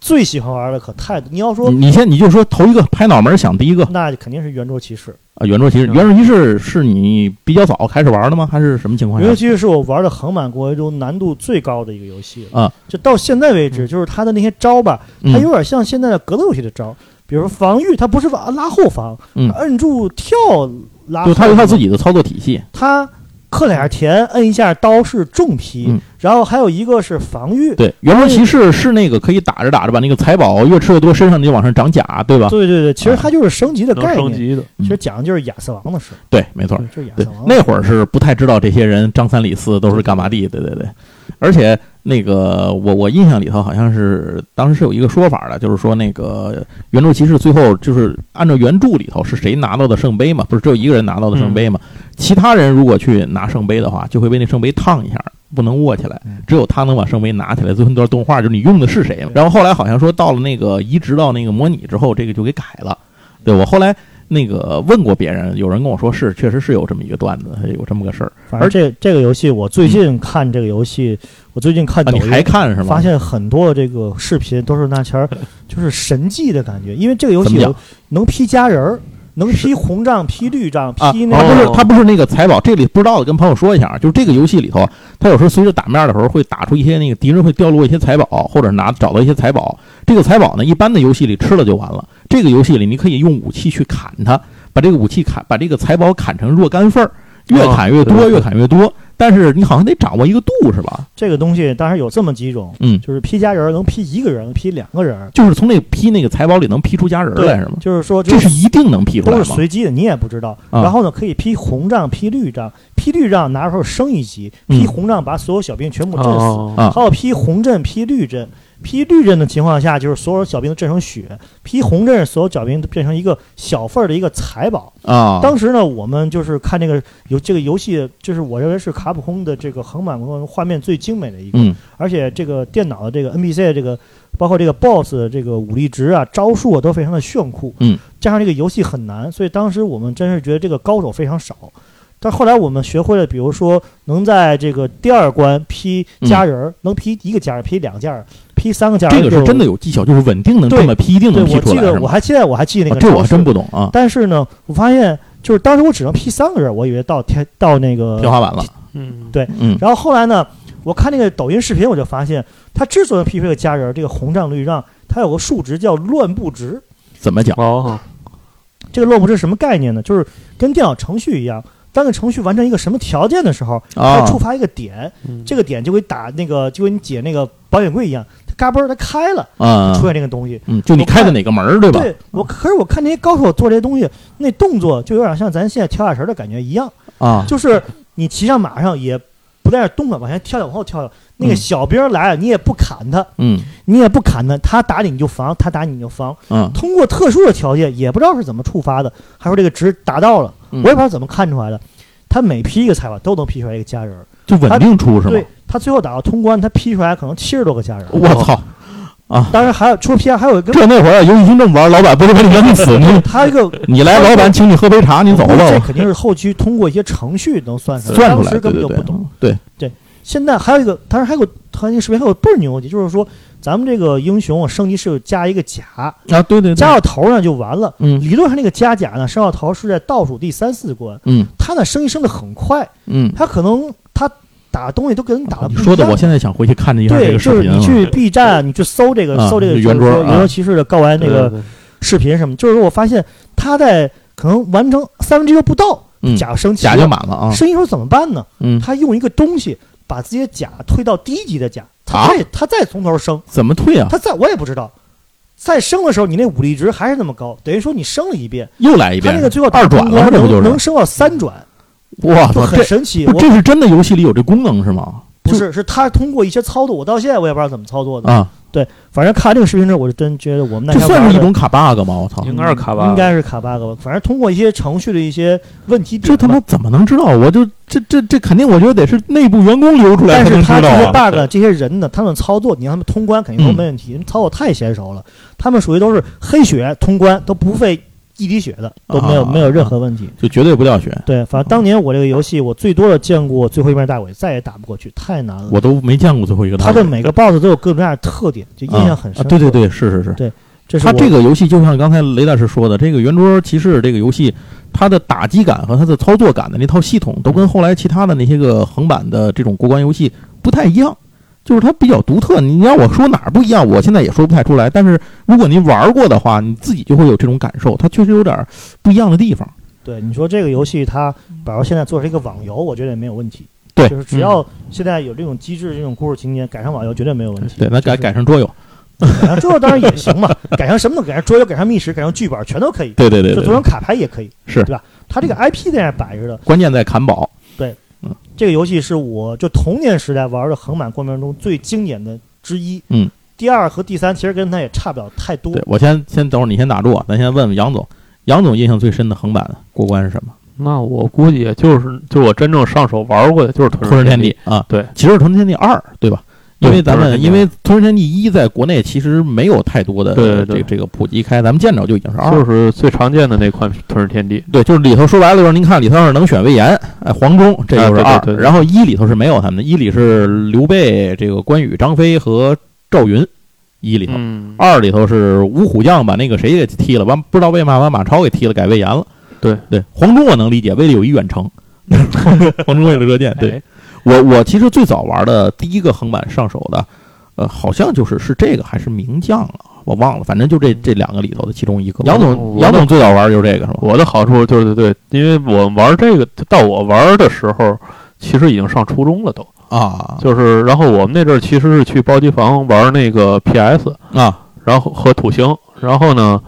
Speaker 4: 最喜欢玩的可太多。你要说
Speaker 2: 你你先你就说头一个拍脑门想第一个
Speaker 4: 那肯定是圆桌骑士，
Speaker 2: 啊，圆桌骑士。
Speaker 3: 嗯
Speaker 2: 圆桌骑士是你比较早开始玩的吗？还是什么情况
Speaker 4: 圆
Speaker 2: 下
Speaker 4: 桌？骑士是我玩的横版过程中难度最高的一个游戏了
Speaker 2: 啊。
Speaker 4: 就到现在为止，就是它的那些招吧，它
Speaker 2: 嗯
Speaker 4: 有点像现在的格斗游戏的招，比如说防御，它不是把拉后防，
Speaker 2: 嗯
Speaker 4: 摁住跳拉后防，
Speaker 2: 就他有他自己的操作体系，
Speaker 4: 它克里尔田摁一下刀是重劈，
Speaker 2: 嗯
Speaker 4: 然后还有一个是防御。
Speaker 2: 对，圆桌骑士是那个可以打着打着把那个财宝越吃越多，身上就往上长甲，对吧？
Speaker 4: 对对对，其
Speaker 2: 啊
Speaker 4: 实它就是升级的
Speaker 3: 能
Speaker 4: 概
Speaker 3: 升
Speaker 4: 念，
Speaker 3: 级的，
Speaker 4: 其实讲的就是亚瑟王的事，
Speaker 2: 对，没错。
Speaker 4: 就是亚
Speaker 2: 嗯对
Speaker 4: 瑟，王。
Speaker 2: 那会儿是不太知道这些人张三李四都是干嘛的，对对对。而且那个我我印象里头好像是当时是有一个说法的，就是说那个原著骑士最后就是按照原著里头是谁拿到的圣杯嘛，不是只有一个人拿到的圣杯嘛，
Speaker 4: 嗯
Speaker 2: 其他人如果去拿圣杯的话，就会被那圣杯烫一下。不能握起来，
Speaker 4: 嗯
Speaker 2: 只有他能把圣杯拿起来。最后那段动画就是你用的是谁嘛。然后后来好像说到了那个移植到那个模拟之后，这个就给改了。对我后来那个问过别人，有人跟我说是，确实是有这么一个段子，有这么个事儿。
Speaker 4: 反正这这个游戏，我最近看这个游戏，我最近看
Speaker 2: 啊，
Speaker 4: 抖
Speaker 2: 你
Speaker 4: 音，
Speaker 2: 还看是吗？
Speaker 4: 发现很多这个视频都是那 前儿就是神迹的感觉，因为这个游戏
Speaker 2: 怎么讲
Speaker 4: 有能劈家人儿，能劈红杖、劈绿杖、
Speaker 2: 啊，
Speaker 4: 劈
Speaker 2: 它
Speaker 4: 那
Speaker 2: 不
Speaker 4: 个
Speaker 2: 是它不是那个财宝，这里不知道的跟朋友说一下啊，就是这个游戏里头，它有时候随着打面的时候会打出一些那个敌人会掉落一些财宝，或者拿找到一些财宝。这个财宝呢，一般的游戏里吃了就完了，这个游戏里你可以用武器去砍它，把这个武器砍，把这个财宝砍成若干份儿，越
Speaker 3: 哦
Speaker 2: 砍越多，
Speaker 3: 对
Speaker 2: 越砍越多。但是你好像得掌握一个度是吧？
Speaker 4: 这个东西，当然有这么几种，
Speaker 2: 嗯，
Speaker 4: 就是劈家人儿能劈一个人，能劈两个人儿，
Speaker 2: 就是从那批那个财宝里能批出家人来是吗？
Speaker 4: 就是说
Speaker 2: 嗯这是一定能批出来
Speaker 4: 都是
Speaker 2: 吗？
Speaker 4: 随机的，你也不知道。
Speaker 2: 啊
Speaker 4: 然后呢，可以劈红杖、劈绿杖，劈绿杖拿手升一级，
Speaker 2: 嗯
Speaker 4: 劈红杖把所有小兵全部震死，
Speaker 3: 哦
Speaker 2: 啊
Speaker 4: 还有劈红阵、劈绿阵。劈绿阵的情况下，就是所有小兵都震成血；劈红阵，所有小兵都变成一个小份儿的一个财宝。
Speaker 2: 啊，
Speaker 4: 当时呢，我们就是看这个游这个游戏，就是我认为是卡普空的这个横版过程中画面最精美的一个，
Speaker 2: 嗯
Speaker 4: 而且这个电脑的这个 NPC 的这个，包括这个 BOSS 的这个武力值啊、招数啊，都非常的炫酷。
Speaker 2: 嗯，
Speaker 4: 加上这个游戏很难，所以当时我们真是觉得这个高手非常少。但后来我们学会了，比如说能在这个第二关劈家人儿，能劈一个家人儿，劈两个家人儿，劈三个家人
Speaker 2: 嗯这
Speaker 4: 儿就，
Speaker 2: 个是真的有技巧，就是稳定能
Speaker 4: 对
Speaker 2: 这么批，一定
Speaker 4: 对，
Speaker 2: 能批
Speaker 4: 我
Speaker 2: 出
Speaker 4: 记
Speaker 2: 来
Speaker 4: 得
Speaker 2: 是
Speaker 4: 我
Speaker 2: 吗？
Speaker 4: 还记得我还记得
Speaker 2: 啊
Speaker 4: 那个、
Speaker 2: 这我还真不。懂啊，
Speaker 4: 但是呢，我发现就是当时我只能劈三个人儿，我以为到天到那个
Speaker 2: 天花板了，
Speaker 3: 嗯，
Speaker 4: 对
Speaker 2: 嗯
Speaker 4: 然后后来呢，我看那个抖音视频，我就发现他之所以匹配个家人儿，这个红杖绿杖，它有个数值叫乱步值。
Speaker 2: 怎么讲？
Speaker 3: 哦，
Speaker 4: 这个乱步值是什么概念呢？就是跟电脑程序一样，当个程序完成一个什么条件的时候，它
Speaker 2: 啊
Speaker 4: 会触发一个点，
Speaker 3: 嗯
Speaker 4: 这个点就会打那个，就跟你解那个保险柜一样，它嘎嘣儿它开了，
Speaker 2: 啊
Speaker 4: 出，现这个东西。
Speaker 2: 嗯，就你开的哪个门儿，对吧？嗯
Speaker 4: 对我，可是我看那些高手做这些东西，那动作就有点像咱现在跳下绳儿的感觉一样。
Speaker 2: 啊，
Speaker 4: 就是你骑上马上也不在那儿动了，往前跳跳，往后跳跳。那个
Speaker 2: 嗯
Speaker 4: 小兵儿来了，你也不砍他，
Speaker 2: 嗯
Speaker 4: 你也不砍他，他打你你就防，他打你你就防。
Speaker 2: 嗯，
Speaker 4: 通过特殊的条件，也不知道是怎么触发的，还说这个值达到了，
Speaker 2: 嗯
Speaker 4: 我也不知道怎么看出来的。他每批一个财宝都能批出来一个家人儿，
Speaker 2: 就稳定出是
Speaker 4: 对哦
Speaker 2: 吗？哦
Speaker 4: 他最后打到通关，他批出来可能七十多个家人儿。
Speaker 2: 我操，
Speaker 4: 当然还有除了批啊还有 一个，
Speaker 2: 这那会儿啊游戏厅这么玩，老板不得把你扔 死？你
Speaker 4: 他有一个
Speaker 2: 你来，老板请你喝杯茶，你走
Speaker 4: 这
Speaker 2: 吧，
Speaker 4: 肯定是后期通过一些程序能算出来 的，
Speaker 2: 算出
Speaker 4: 当
Speaker 2: 来，
Speaker 4: 时
Speaker 2: 对
Speaker 4: 根本
Speaker 2: 对
Speaker 4: 就不懂。
Speaker 2: 对，
Speaker 4: 现在还有一个，当然还有个，他那个视频还有倍儿牛的，就是说咱们这个英雄啊升级是有加一个甲，
Speaker 2: 对啊，对对
Speaker 4: 加
Speaker 2: 对，
Speaker 4: 到头呢就完了。
Speaker 2: 嗯
Speaker 4: 理论上那个加甲呢，升到头是在倒数第三四关，
Speaker 2: 嗯
Speaker 4: 他呢升级升的很快，
Speaker 2: 嗯，
Speaker 4: 他可能他打东西都给人打的
Speaker 2: 哦你
Speaker 4: 不一
Speaker 2: 说
Speaker 4: 样。
Speaker 2: 的，我现在想回去看一下这个
Speaker 4: 对，就
Speaker 2: 视
Speaker 4: 是
Speaker 2: 频啊
Speaker 4: 你
Speaker 2: 了。
Speaker 4: 去 B 站，你去搜这个、
Speaker 2: 啊
Speaker 4: 搜这个
Speaker 2: 圆
Speaker 4: 就是
Speaker 2: 桌
Speaker 4: 说
Speaker 2: 啊
Speaker 4: 圆桌骑士的告完那个
Speaker 3: 对对
Speaker 4: 视频什么，就是说我发现他在可能完成三分之一都不到，
Speaker 2: 嗯，
Speaker 4: 甲升级
Speaker 2: 甲就
Speaker 4: 了，
Speaker 2: 满了啊，
Speaker 4: 升级时候怎么办呢？
Speaker 2: 嗯，
Speaker 4: 他用一个东西把自己的甲推到低级的甲，
Speaker 2: 啊
Speaker 4: 他再、他再从头升，
Speaker 2: 怎么退啊？
Speaker 4: 他再我也不知道，再升的时候你那武力值还是那么高，等于说你升了一遍，
Speaker 2: 又来一
Speaker 4: 他
Speaker 2: 遍
Speaker 4: 那个，最后
Speaker 2: 二转了吗这不
Speaker 4: 能
Speaker 2: 就是
Speaker 4: 能升到三转，
Speaker 2: 我
Speaker 4: 就
Speaker 2: 操，
Speaker 4: 很
Speaker 2: 这
Speaker 4: 神奇。
Speaker 2: 不
Speaker 4: 我
Speaker 2: 这是真的游戏里有这功能是吗？
Speaker 4: 不是是他通过一些操作，我到现在我也不知道怎么操作的，
Speaker 2: 啊，
Speaker 4: 对，反正看完这个视频之后，我是真觉得我们那
Speaker 2: 这
Speaker 4: 天
Speaker 2: 算
Speaker 4: 玩
Speaker 2: 是一
Speaker 4: 的
Speaker 2: 种卡 bug 吗？我操！
Speaker 3: 应该是卡吧，
Speaker 4: 应该是卡 bug 吧，反正通过一些程序的一些问题点
Speaker 2: 这
Speaker 4: 吧，
Speaker 2: 他妈怎么能知道？我就这这这肯定，我觉得得是内部员工流出来
Speaker 4: 但
Speaker 2: 才
Speaker 4: 是
Speaker 2: 能
Speaker 4: 他
Speaker 2: 知
Speaker 4: 这
Speaker 2: 道
Speaker 4: 些
Speaker 2: 啊。嗯
Speaker 4: bug 这些人呢，他们操作，你让他们通关肯定都没问题，因为操作太娴熟了，他们属于都是黑血通关，都不费一滴血的，都没有
Speaker 2: 啊
Speaker 4: 没有任何问题。
Speaker 2: 就绝对不掉血，
Speaker 4: 对，反正当年我这个游戏，我最多的见过最后一面大鬼，再也打不过去，太难了。
Speaker 2: 我都没见过最后一个大
Speaker 4: 他
Speaker 2: 佬。
Speaker 4: 的每个 BOSS 都有各种各样的特点，就印象很深
Speaker 2: 啊啊
Speaker 4: 刻。
Speaker 2: 对对，对，是是是。
Speaker 4: 这是
Speaker 2: 他
Speaker 4: 我
Speaker 2: 这个游戏就像刚才雷大师说的，这个《圆桌骑士》这个游戏，它的打击感和它的操作感的那套系统，都跟后来其他的那些个横版的这种过关游戏不太一样，就是它比较独特。你让我说哪儿不一样，我现在也说不太出来。但是如果你玩过的话，你自己就会有这种感受，它确实有点儿不一样的地方。
Speaker 4: 对你说这个游戏，它把如现在做成一个网游，我觉得也没有问题。
Speaker 2: 对嗯
Speaker 4: 就是只要现在有这种机制、这种故事情节，改成网游绝对没有问题。
Speaker 2: 对，那改
Speaker 4: 就是
Speaker 2: 改成桌游，
Speaker 4: 改成桌游当然也行 嘛，改成什么都改成桌游，改成密室，改成剧本全都可以，
Speaker 2: 对对对
Speaker 4: 就做成卡牌也可以，
Speaker 2: 是
Speaker 4: 对吧？它这个 IP 在那儿摆着的，
Speaker 2: 关键在砍宝。
Speaker 4: 这个游戏是我就童年时代玩的横版过程中最经典的之一。
Speaker 2: 嗯，
Speaker 4: 第二和第三其实跟它也差不了太多
Speaker 2: 对。我先先等会儿你先打住啊，咱先问问杨总，杨总印象最深的横版过关是什么？
Speaker 3: 那我估计也就是就我真正上手玩过的就是《
Speaker 2: 《
Speaker 3: 吞
Speaker 2: 吞
Speaker 3: 噬
Speaker 2: 噬天
Speaker 3: 地
Speaker 2: 地》》啊，
Speaker 3: 对，
Speaker 2: 其实《吞噬天地二》对吧？因为
Speaker 3: 对
Speaker 2: 咱
Speaker 3: 吞噬
Speaker 2: 们
Speaker 3: 天地
Speaker 2: 因为《吞噬天地一》在国内其实没有太多的
Speaker 3: 对对
Speaker 2: 这
Speaker 3: 对
Speaker 2: 个这个普及开，咱们见着就已经是二。
Speaker 3: 就是最常见的那款《吞噬天地》。
Speaker 2: 对，就是里头说白了就是您看里头要是能选魏延，哎，黄忠这
Speaker 3: 啊
Speaker 2: 就是
Speaker 3: 对对
Speaker 2: 二
Speaker 3: 对，对
Speaker 2: 然后一里头是没有他们的，一里是刘备、这个关羽、张飞和赵云，一里头，
Speaker 3: 嗯，
Speaker 2: 二里头是五虎将把那个谁给踢了，完不知道为嘛把马超给踢了，改魏延了。
Speaker 3: 对
Speaker 2: 对，黄忠我能理解，为了友谊远 程，黄忠为了射箭。对
Speaker 3: 哎，
Speaker 2: 我我其实最早玩的第一个横版上手的，呃，好像就是是这个还是名将了，我忘了，反正就这这两个里头的其中一嗯个。杨总，
Speaker 3: 我
Speaker 2: 杨总最早玩的就是这个是吗？
Speaker 3: 我的好处就是对，因为我玩这个到我玩的时候，其实已经上初中了都。
Speaker 2: 啊
Speaker 3: 就是，然后我们那阵儿其实是去包机房玩那个 PS，
Speaker 2: 啊
Speaker 3: 然后和土星，然后呢，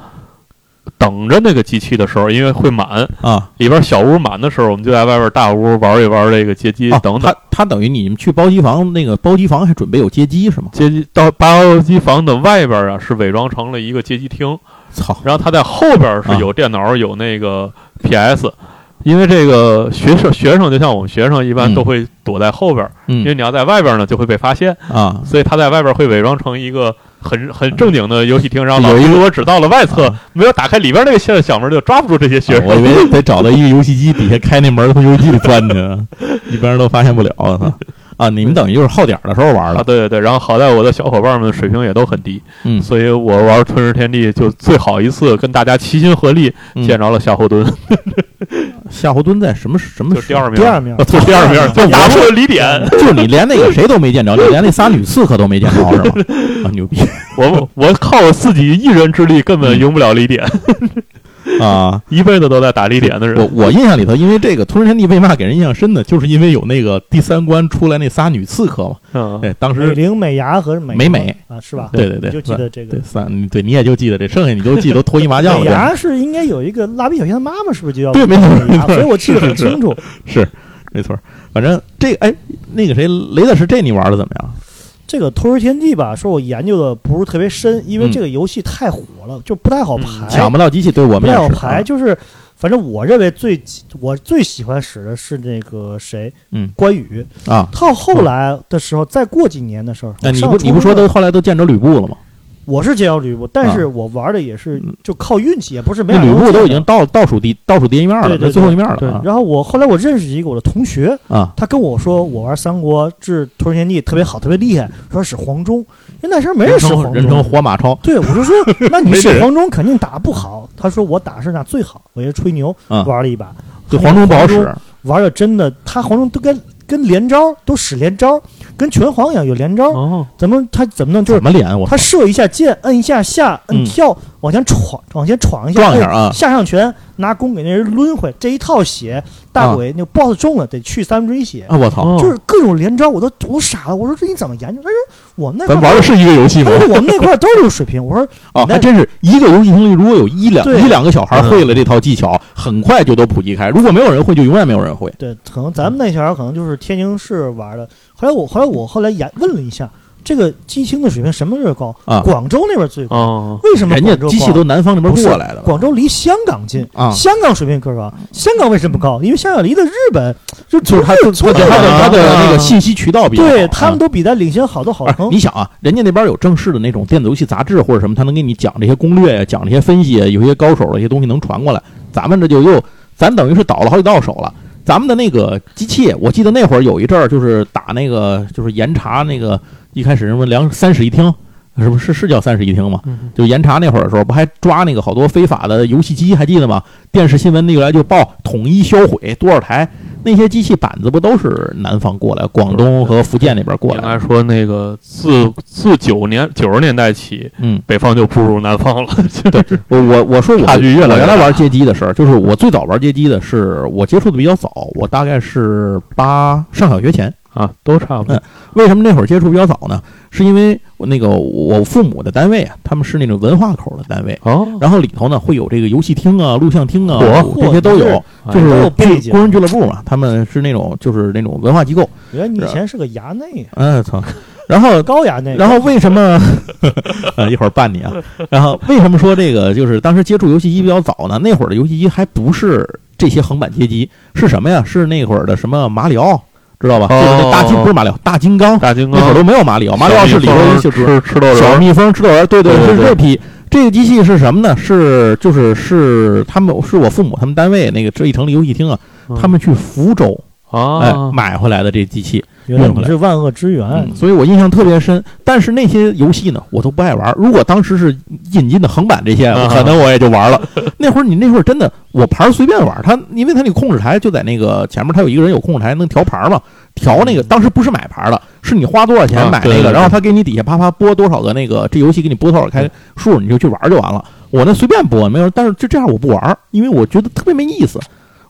Speaker 3: 等着那个机器的时候，因为会满，
Speaker 2: 啊！
Speaker 3: 里边小屋满的时候，我们就在外边大屋玩一玩这个街机
Speaker 2: 哦，
Speaker 3: 等等。
Speaker 2: 他他等于你们去包机房，那个包机房还准备有街机是吗？
Speaker 3: 街机到包机房的外边啊，是伪装成了一个街机厅，
Speaker 2: 操！
Speaker 3: 然后它在后边是有电脑、有那个 PS，因为这个学生学生就像我们学生一般
Speaker 2: 嗯
Speaker 3: 都会躲在后边，因为
Speaker 2: 嗯
Speaker 3: 你要在外边呢就会被发现，
Speaker 2: 啊，
Speaker 3: 所以他在外边会伪装成一个很很正经的游戏厅，然后
Speaker 2: 有
Speaker 3: 老
Speaker 2: 一
Speaker 3: 师
Speaker 2: 个
Speaker 3: 如果只到了外侧
Speaker 2: 啊，
Speaker 3: 没有打开里边那个小小门，就抓不住这些学
Speaker 2: 啊我以
Speaker 3: 生。
Speaker 2: 为得找到一个游戏机底下开那门，从游戏机里钻进去，啊一般人都发现不了。我操！啊，你们等于就是耗点儿的时候玩
Speaker 3: 啊，
Speaker 2: 了，
Speaker 3: 对对对，然后好在我的小伙伴们水平也都很低，
Speaker 2: 嗯，
Speaker 3: 所以我玩《吞噬天地》就最好一次跟大家齐心合力
Speaker 2: 嗯
Speaker 3: 见着了夏侯惇，
Speaker 2: 夏侯惇在什么什么
Speaker 3: 就
Speaker 2: 时
Speaker 3: 第二嗯名，
Speaker 4: 第 二面，
Speaker 3: 就第二名， 就打出了李典。
Speaker 2: 就是你连那个谁都没见着，你连那仨女刺客都没见着是吗？啊，牛逼
Speaker 3: 我我靠我自己一人之力根本赢不了李典，
Speaker 2: 啊！
Speaker 3: 一辈子都在打李典的
Speaker 2: 我
Speaker 3: 人。
Speaker 2: 我印象里头，因为这个《吞噬天地》为嘛给人印象深呢？就是因为有那个第三关出来那仨女刺客嘛。
Speaker 3: 嗯，
Speaker 2: 对，当
Speaker 4: 美
Speaker 2: 时
Speaker 4: 玲、美伢和美
Speaker 2: 美美
Speaker 4: 啊，是吧？
Speaker 2: 对对对
Speaker 4: 哎你就记得这个哎
Speaker 2: 对。三对，你也就记得这，剩下你都记得都脱衣麻将
Speaker 4: 美
Speaker 2: 了。这
Speaker 4: 伢是应该有一个蜡笔小新的妈妈，是不是就叫
Speaker 2: 对没错
Speaker 4: 美
Speaker 2: 没
Speaker 4: 伢？
Speaker 2: 错
Speaker 4: 所以我记得很
Speaker 2: 是是是
Speaker 4: 清楚。
Speaker 2: 是没错，反正这个哎，那个谁雷大师，这你玩的怎么
Speaker 4: 哎
Speaker 2: 样？
Speaker 4: 这个《吞食天地》吧，说我研究的不是特别深，因为
Speaker 2: 嗯
Speaker 4: 这个游戏太火了，就不太好排，
Speaker 3: 嗯
Speaker 2: 抢不到机器，对我
Speaker 4: 不
Speaker 2: 们
Speaker 4: 太好
Speaker 2: 也是
Speaker 4: 排。
Speaker 2: 啊。
Speaker 4: 就是，反正我认为最我最喜欢使的是那个谁，
Speaker 2: 嗯
Speaker 4: 关羽。
Speaker 2: 啊
Speaker 4: 到后来的时候，再过几年的时候，
Speaker 2: 那你
Speaker 4: 上
Speaker 2: 不你不
Speaker 4: 初中
Speaker 2: 说
Speaker 4: 的
Speaker 2: 都后来都见着吕布了吗？
Speaker 4: 我是接到吕布，但
Speaker 2: 啊
Speaker 4: 是我玩的也是
Speaker 2: 嗯
Speaker 4: 就靠运气，也不是没
Speaker 2: 那
Speaker 4: 法
Speaker 2: 吕布
Speaker 4: 弄
Speaker 2: 都已
Speaker 4: 见
Speaker 2: 经倒倒数第倒数第一面了，
Speaker 4: 对对
Speaker 2: 那最后一面了
Speaker 4: 的。然后我后来我认识一个我的同学，
Speaker 2: 啊啊！
Speaker 4: 他跟我说，我玩《三国志·吞食天地》特别好，特别厉害，说使黄忠，因为那时候没人使黄
Speaker 2: 人称
Speaker 4: 忠。
Speaker 2: 活马超，
Speaker 4: 对，我就说，那你
Speaker 2: 没这
Speaker 4: 使
Speaker 2: 人
Speaker 4: 黄忠肯定打不好。他说我打是那最好，我也吹牛，
Speaker 2: 嗯
Speaker 4: 玩了一把，
Speaker 2: 对黄忠不好使，
Speaker 4: 玩的真的，他黄忠都跟跟连招都使连招，跟拳皇一样有连招，
Speaker 3: 哦，
Speaker 4: 怎么他怎么弄就是
Speaker 2: 嗯怎么连我
Speaker 4: 他射一下箭，摁一下下，摁
Speaker 2: 嗯
Speaker 4: 跳，往前闯，往前闯一下，
Speaker 2: 撞一下
Speaker 4: 摁
Speaker 2: 啊
Speaker 4: 下上拳，拿弓给那人抡回，这一套血，大
Speaker 2: 啊
Speaker 4: 鬼那 boss 中了得去三分之一血
Speaker 2: 啊！我操，
Speaker 4: 就是各种连招，我都我都傻了。我说这你怎么研究？他说我们那块
Speaker 2: 咱玩的是一个游 戏吗
Speaker 4: 但？是哎我们那块儿都有水平。我说
Speaker 2: 啊，
Speaker 4: 那
Speaker 2: 还真是一个游戏厅里如果有一两
Speaker 4: 对嗯
Speaker 2: 一两个小孩会了这套技巧，很快就都普及开；如果没有人会，就永远没有人会。
Speaker 4: 对，可能咱们那小孩可能就是天津市玩的。后来我后来我后来研问了一下，这个机清的水平什么时候高？
Speaker 2: 啊
Speaker 4: 广州那边最高。
Speaker 3: 哦，
Speaker 4: 为什么
Speaker 2: 人家
Speaker 4: 广州
Speaker 2: 机器
Speaker 4: 高
Speaker 2: 都南方那边
Speaker 4: 不是
Speaker 2: 过来的了
Speaker 4: 广州离香港近
Speaker 2: 啊嗯
Speaker 4: 香港水平更高。香港为什么高？因为香港离的日本就
Speaker 2: 就是他
Speaker 4: 就
Speaker 2: 他的他的他的那个信息渠道比较好
Speaker 4: 啊对他们
Speaker 2: 啊
Speaker 4: 都比咱领先好多好
Speaker 2: 不是
Speaker 4: 多。
Speaker 2: 你想啊，人家那边有正式的那种电子游戏杂志或者什么，他能给你讲这些攻略呀，讲这些分析呀，有些高手的一些东西能传过来。咱们这就又，咱等于是倒了好几道手了。咱们的那个机器，我记得那会儿有一阵儿就是打那个，就是严查那个一开始什么两三室一厅，是不是是叫三室一厅吗？
Speaker 3: 嗯
Speaker 2: 就严查那会儿的时候，不还抓那个好多非法的游戏机，还记得吗？电视新闻那个来就报统一销毁多少台，那些机器板子不都是南方过来，广东和福建那边过
Speaker 3: 应
Speaker 2: 来
Speaker 3: 该
Speaker 2: 的？
Speaker 3: 说那个自自九年九十年代起，
Speaker 2: 嗯，
Speaker 3: 北方就步入南方了， 就是
Speaker 2: 我我我说我
Speaker 3: 差距越来
Speaker 2: 我原
Speaker 3: 越大
Speaker 2: 来玩街机的时候，就是我最早玩街机的是我接触的比较早，我大概是八上小学前。
Speaker 3: 啊，都差不多
Speaker 2: 嗯。为什么那会儿接触比较早呢？是因为我那个我父母的单位啊，他们是那种文化口的单位，
Speaker 3: 哦，
Speaker 2: 然后里头呢会有这个游戏厅啊、录像厅啊
Speaker 3: 嚯哎
Speaker 2: 这些都有，就
Speaker 4: 都
Speaker 2: 是
Speaker 4: 有背景
Speaker 2: 工人俱乐部嘛，他们是那种就是那种文化机构。
Speaker 4: 原来你以前是个衙内，
Speaker 2: 哎操！然后
Speaker 4: 高衙 内。
Speaker 2: 然后为什么？呃，一会儿办你啊。然后为什么说这个就是当时接触游戏机比较早呢？那会儿的游戏机还不是这些横版街机，是什么呀？是那会儿的什么马里奥，知道吧？
Speaker 3: 哦
Speaker 2: 就是那大金不是马里奥，大金刚。
Speaker 3: 哎大金
Speaker 2: 那会儿
Speaker 3: 刚
Speaker 2: 都没有马里奥，马里奥是里头一
Speaker 3: 小蜜
Speaker 2: 小
Speaker 3: 蜂吃吃豆
Speaker 2: 小
Speaker 3: 人，
Speaker 2: 蜜蜂、吃豆人，对对，
Speaker 3: 对对
Speaker 2: 是
Speaker 3: 对
Speaker 2: 这批。这个机器是什么呢？是就是是他们是我父母他们单位那个这一城的游戏厅啊，他们去福州
Speaker 3: 嗯啊，
Speaker 2: 哎买回来的这机器，
Speaker 4: 原来你是万恶之源
Speaker 2: 嗯，，所以我印象特别深。但是那些游戏呢，我都不爱玩儿。如果当时是引进的横版这些，
Speaker 3: 啊
Speaker 2: 可能我也就玩了。 那会儿你那会儿真的，我牌儿随便玩儿，它因为它那个控制台就在那个前面，它有一个人有控制台能调牌儿嘛，调那个当时不是买牌儿的，是你花多少钱
Speaker 3: 啊
Speaker 2: 买
Speaker 3: 对
Speaker 2: 那
Speaker 3: 对
Speaker 2: 个，
Speaker 3: 对
Speaker 2: 然后他给你底下啪啪拨多少个那个这游戏给你拨多少开数，你就去玩儿就完了。我那随便拨没有，但是就这样我不玩儿，因为我觉得特别没意思。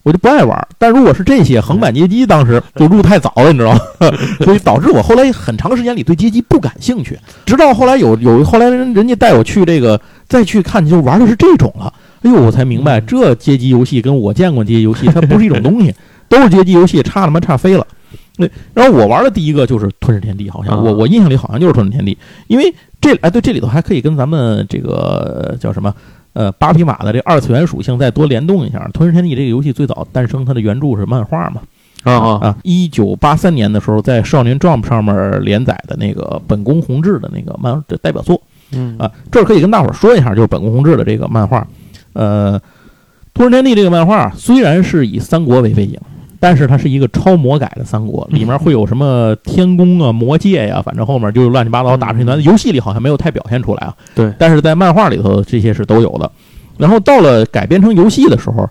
Speaker 2: 我就不爱玩儿。但如果是这些横版街机，当时就入太早了，你知道吗？ 所以导致我后来很长时间里对街机不感兴趣。直到后来有有后来人人家带我去这个再去看，就玩的是这种了。哎呦，我才明白这街机游戏跟我见过街机游戏它不是一种东西，都是街机游戏，差他妈差飞了。那然后我玩的第一个就是《吞噬天地》，好像我
Speaker 3: 啊
Speaker 2: 我印象里好像就是《吞噬天地》，因为这哎对这里头还可以跟咱们这个呃叫什么呃八匹马的这二次元属性再多联动一下，《吞噬天地》这个游戏最早诞生，它的原著是漫画嘛，
Speaker 3: 啊啊
Speaker 2: 啊，一九八三年的时候，在《少年 Jump》上面连载的那个本宫弘志的那个漫的代表作
Speaker 3: 嗯
Speaker 2: 啊，这儿可以跟大伙儿说一下，就是本宫弘志的这个漫画，呃，《托人天地》这个漫画虽然是以三国为背景。但是它是一个超魔改的三国，
Speaker 3: 嗯
Speaker 2: 里面会有什么天宫啊、魔界呀、反正后面就是乱七八糟打成一团。游戏里好像没有太表现出来啊，
Speaker 3: 嗯对
Speaker 2: 但是在漫画里头这些是都有的。然后到了改编成游戏的时候，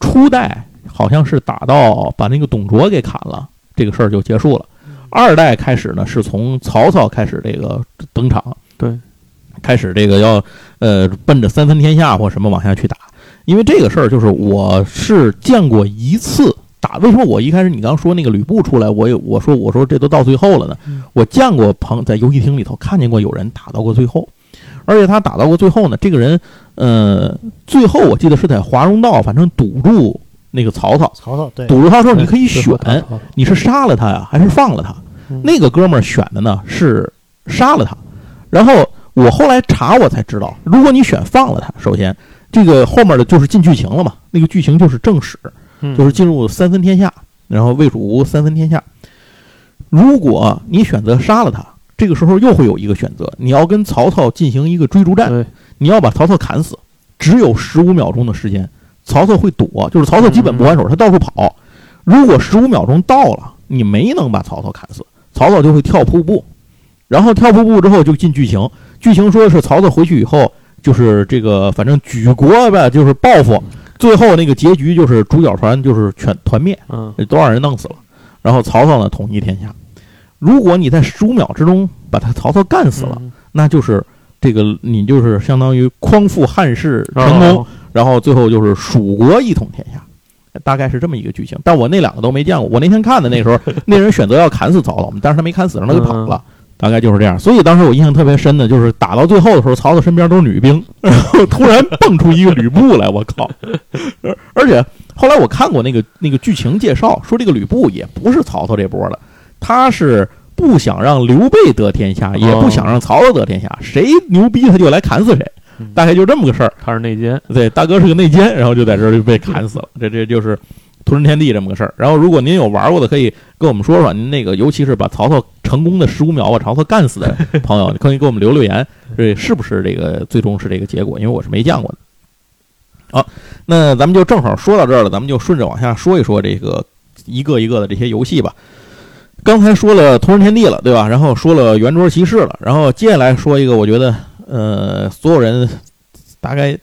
Speaker 2: 初代好像是打到把那个董卓给砍了，这个事儿就结束了。二代开始呢，是从曹操开始这个登场，
Speaker 3: 对，
Speaker 2: 开始这个要呃奔着三分天下或什么往下去打。因为这个事儿，就是我是见过一次打。为什么我一开始你刚说那个吕布出来，我有我说我说这都到最后了呢？
Speaker 4: 嗯
Speaker 2: 我见过朋在游戏厅里头看见过有人打到过最后，而且他打到过最后呢，这个人呃，最后我记得是在华容道，反正堵住那个曹操，
Speaker 4: 曹操对，
Speaker 2: 堵住他之后你可以选，
Speaker 3: 嗯
Speaker 2: 你是杀了他呀，还是放了他？那个哥们儿选的呢是杀了他，然后我后来查我才知道，如果你选放了他，首先这个后面的就是进剧情了嘛，那个剧情就是正史，
Speaker 3: 嗯
Speaker 2: 就是进入三分天下，然后魏蜀吴三分天下。如果你选择杀了他，这个时候又会有一个选择，你要跟曹操进行一个追逐战，
Speaker 3: 对
Speaker 2: 你要把曹操砍死，只有十五秒钟的时间，曹操会躲，就是曹操基本不还手，他到处跑。如果十五秒钟到了，你没能把曹操砍死，曹操就会跳瀑布，然后跳瀑布之后就进剧情，剧情说是曹操回去以后，就是这个反正举国吧，就是报复，最后那个结局就是主角团就是全团灭，
Speaker 3: 嗯
Speaker 2: 多少人弄死了，然后曹操呢统一天下。如果你在十五秒之中把他曹操干死了，
Speaker 3: 嗯
Speaker 2: 那就是这个你就是相当于匡复汉室成
Speaker 3: 哦
Speaker 2: 功，然后最后就是蜀国一统天下，大概是这么一个剧情。但我那两个都没见过，我那天看的那时候，那人选择要砍死曹操，但是他没砍死，让他给跑了。大概就是这样，所以当时我印象特别深的就是打到最后的时候，曹操身边都是女兵，然后突然蹦出一个吕布来，我靠！而而且后来我看过那个那个剧情介绍，说这个吕布也不是曹操这波的，他是不想让刘备得天下，也不想让曹操得天下，谁牛逼他就来砍死谁
Speaker 3: 嗯，
Speaker 2: 大概就这么个事儿。
Speaker 3: 他是内奸，
Speaker 2: 对，大哥是个内奸，然后就在这儿就被砍死了，这这就是屠神天地这么个事儿。然后如果您有玩过的，可以跟我们说说您那个，尤其是把曹操成功的十五秒把曹操干死的朋友，可以给我们留留言，这是不是这个最终是这个结果？因为我是没见过的。好，那咱们就正好说到这儿了，咱们就顺着往下说一说这个一个一个的这些游戏吧。刚才说了《同人天地》了，对吧？然后说了《圆桌骑士》了，然后接下来说一个，我觉得呃，所有人大概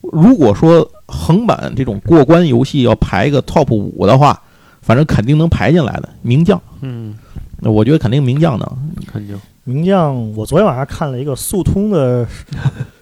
Speaker 2: 如果说横版这种过关游戏要排个 top 五的话，反正肯定能排进来的名将，
Speaker 3: 嗯，
Speaker 2: 那我觉得肯定名将能。
Speaker 3: 肯定
Speaker 4: 名将，我昨天晚上看了一个速通的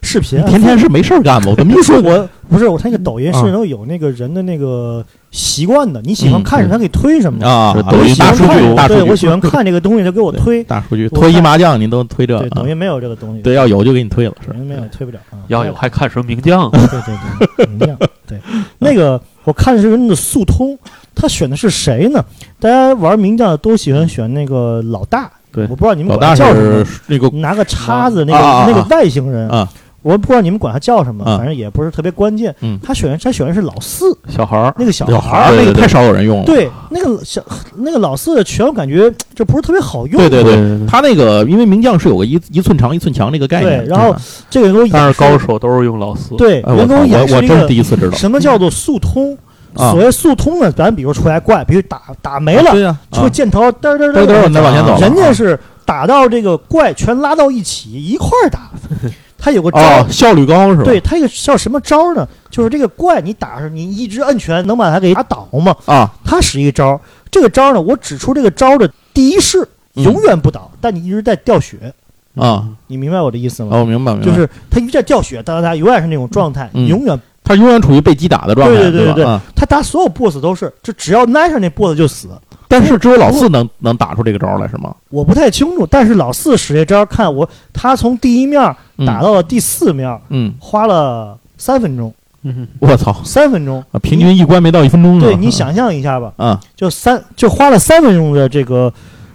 Speaker 4: 视频
Speaker 2: 你，天天是没事儿干吗？我怎么一
Speaker 4: 不是
Speaker 2: 说
Speaker 4: 我不是我，他那个抖音是
Speaker 2: 啊
Speaker 4: 能有那个人的那个习惯的，你喜欢
Speaker 2: 嗯
Speaker 4: 看什么，他给推什么。
Speaker 2: 啊
Speaker 3: 是？
Speaker 4: 我
Speaker 3: 抖
Speaker 4: 就
Speaker 3: 音
Speaker 4: 喜欢
Speaker 2: 大数
Speaker 4: 看
Speaker 2: 据，大
Speaker 4: 对
Speaker 2: 数
Speaker 4: 我
Speaker 2: 据，
Speaker 4: 喜欢看这个东西，他给我推。
Speaker 2: 大数据，
Speaker 4: 我
Speaker 2: 脱衣麻将您都推这
Speaker 4: 对，，抖
Speaker 2: 啊
Speaker 4: 音没有这个东西。
Speaker 2: 对，要有就给你推了，
Speaker 4: 抖
Speaker 2: 是
Speaker 4: 音没有推不了啊。
Speaker 3: 要有还看什么名将？
Speaker 4: 对对对，名将对那个我看的是人的速通，他选的是谁呢？大家玩名将的都喜欢选那个老大，
Speaker 3: 对
Speaker 4: 我不知道你们
Speaker 2: 老
Speaker 4: 管他
Speaker 2: 大
Speaker 4: 叫什么
Speaker 2: 是，那个
Speaker 4: 拿个叉子那个、
Speaker 2: 啊啊啊啊
Speaker 4: 那个外星人
Speaker 2: 啊，
Speaker 4: 我不知道你们管他叫什么，
Speaker 2: 啊
Speaker 4: 反正也不是特别关键。
Speaker 2: 嗯
Speaker 4: 他选他选的是老四
Speaker 3: 小孩儿，
Speaker 4: 那个小
Speaker 2: 小
Speaker 4: 孩
Speaker 2: 孩
Speaker 4: 儿。
Speaker 2: 儿
Speaker 3: 对
Speaker 2: 那个
Speaker 3: 对对
Speaker 2: 太少有人用了。
Speaker 4: 对，那个小那个老四的拳，我感觉就不是特别好用。
Speaker 2: 对对
Speaker 3: 对
Speaker 2: 对
Speaker 3: 对对
Speaker 2: 他那个因为名将是有个一一寸长一寸强这个概念，
Speaker 4: 对然后
Speaker 2: 吧
Speaker 4: 这个人给我演
Speaker 3: 但是
Speaker 4: 示
Speaker 3: 高手都是用老四，
Speaker 4: 对，
Speaker 2: 哎
Speaker 4: 人
Speaker 2: 我
Speaker 4: 给
Speaker 2: 操我
Speaker 4: 演示
Speaker 2: 我
Speaker 4: 一
Speaker 2: 真是
Speaker 4: 个
Speaker 2: 第一次知道
Speaker 4: 什么叫做速通。
Speaker 2: 啊
Speaker 4: 所谓速通呢，咱比如出来怪，比如打打没了，
Speaker 2: 对呀，
Speaker 4: 出个
Speaker 2: 啊
Speaker 4: 箭头嘚儿嘚儿
Speaker 2: 嘚
Speaker 4: 嘚
Speaker 2: 嘚儿
Speaker 4: 儿
Speaker 2: 往那往前走了，啊
Speaker 4: 人家是打到这个怪全拉到一起一块 儿打，他有个招
Speaker 2: 哦
Speaker 4: 儿，
Speaker 2: 效率高是吧？
Speaker 4: 对他有个叫什么招儿呢？就是这个怪你打上，你一直摁拳能把他给打倒吗？
Speaker 2: 啊，
Speaker 4: 他使一个招儿，这个招儿呢，我指出这个招儿的第一式
Speaker 2: 嗯
Speaker 4: 永远不倒，但你一直在掉血，
Speaker 3: 嗯
Speaker 2: 啊
Speaker 4: 你明白我的意思吗？
Speaker 2: 哦，我明白明白，
Speaker 4: 就是他一直在掉血，哒哒哒，永远是那种状态，
Speaker 2: 嗯
Speaker 4: 永远
Speaker 2: 他永远处于被击打的状态，
Speaker 4: 对对对
Speaker 2: 吧
Speaker 4: 对对
Speaker 2: 啊
Speaker 4: 他打所有 BOSS 都是，就只要挨上那 BOSS 就死。
Speaker 2: 但是只有老四能能打出这个招来，是吗？
Speaker 4: 我不太清楚，但是老四使这招，看我他从第一面
Speaker 2: 嗯
Speaker 4: 打到了第四面，
Speaker 2: 嗯，
Speaker 4: 花了三分钟，
Speaker 3: 嗯，
Speaker 2: 我操，
Speaker 4: 三分钟。
Speaker 2: 啊平均一关没到一分钟呢。
Speaker 4: 对你想象一下吧，
Speaker 2: 啊，
Speaker 4: 就三就花了三分钟的这个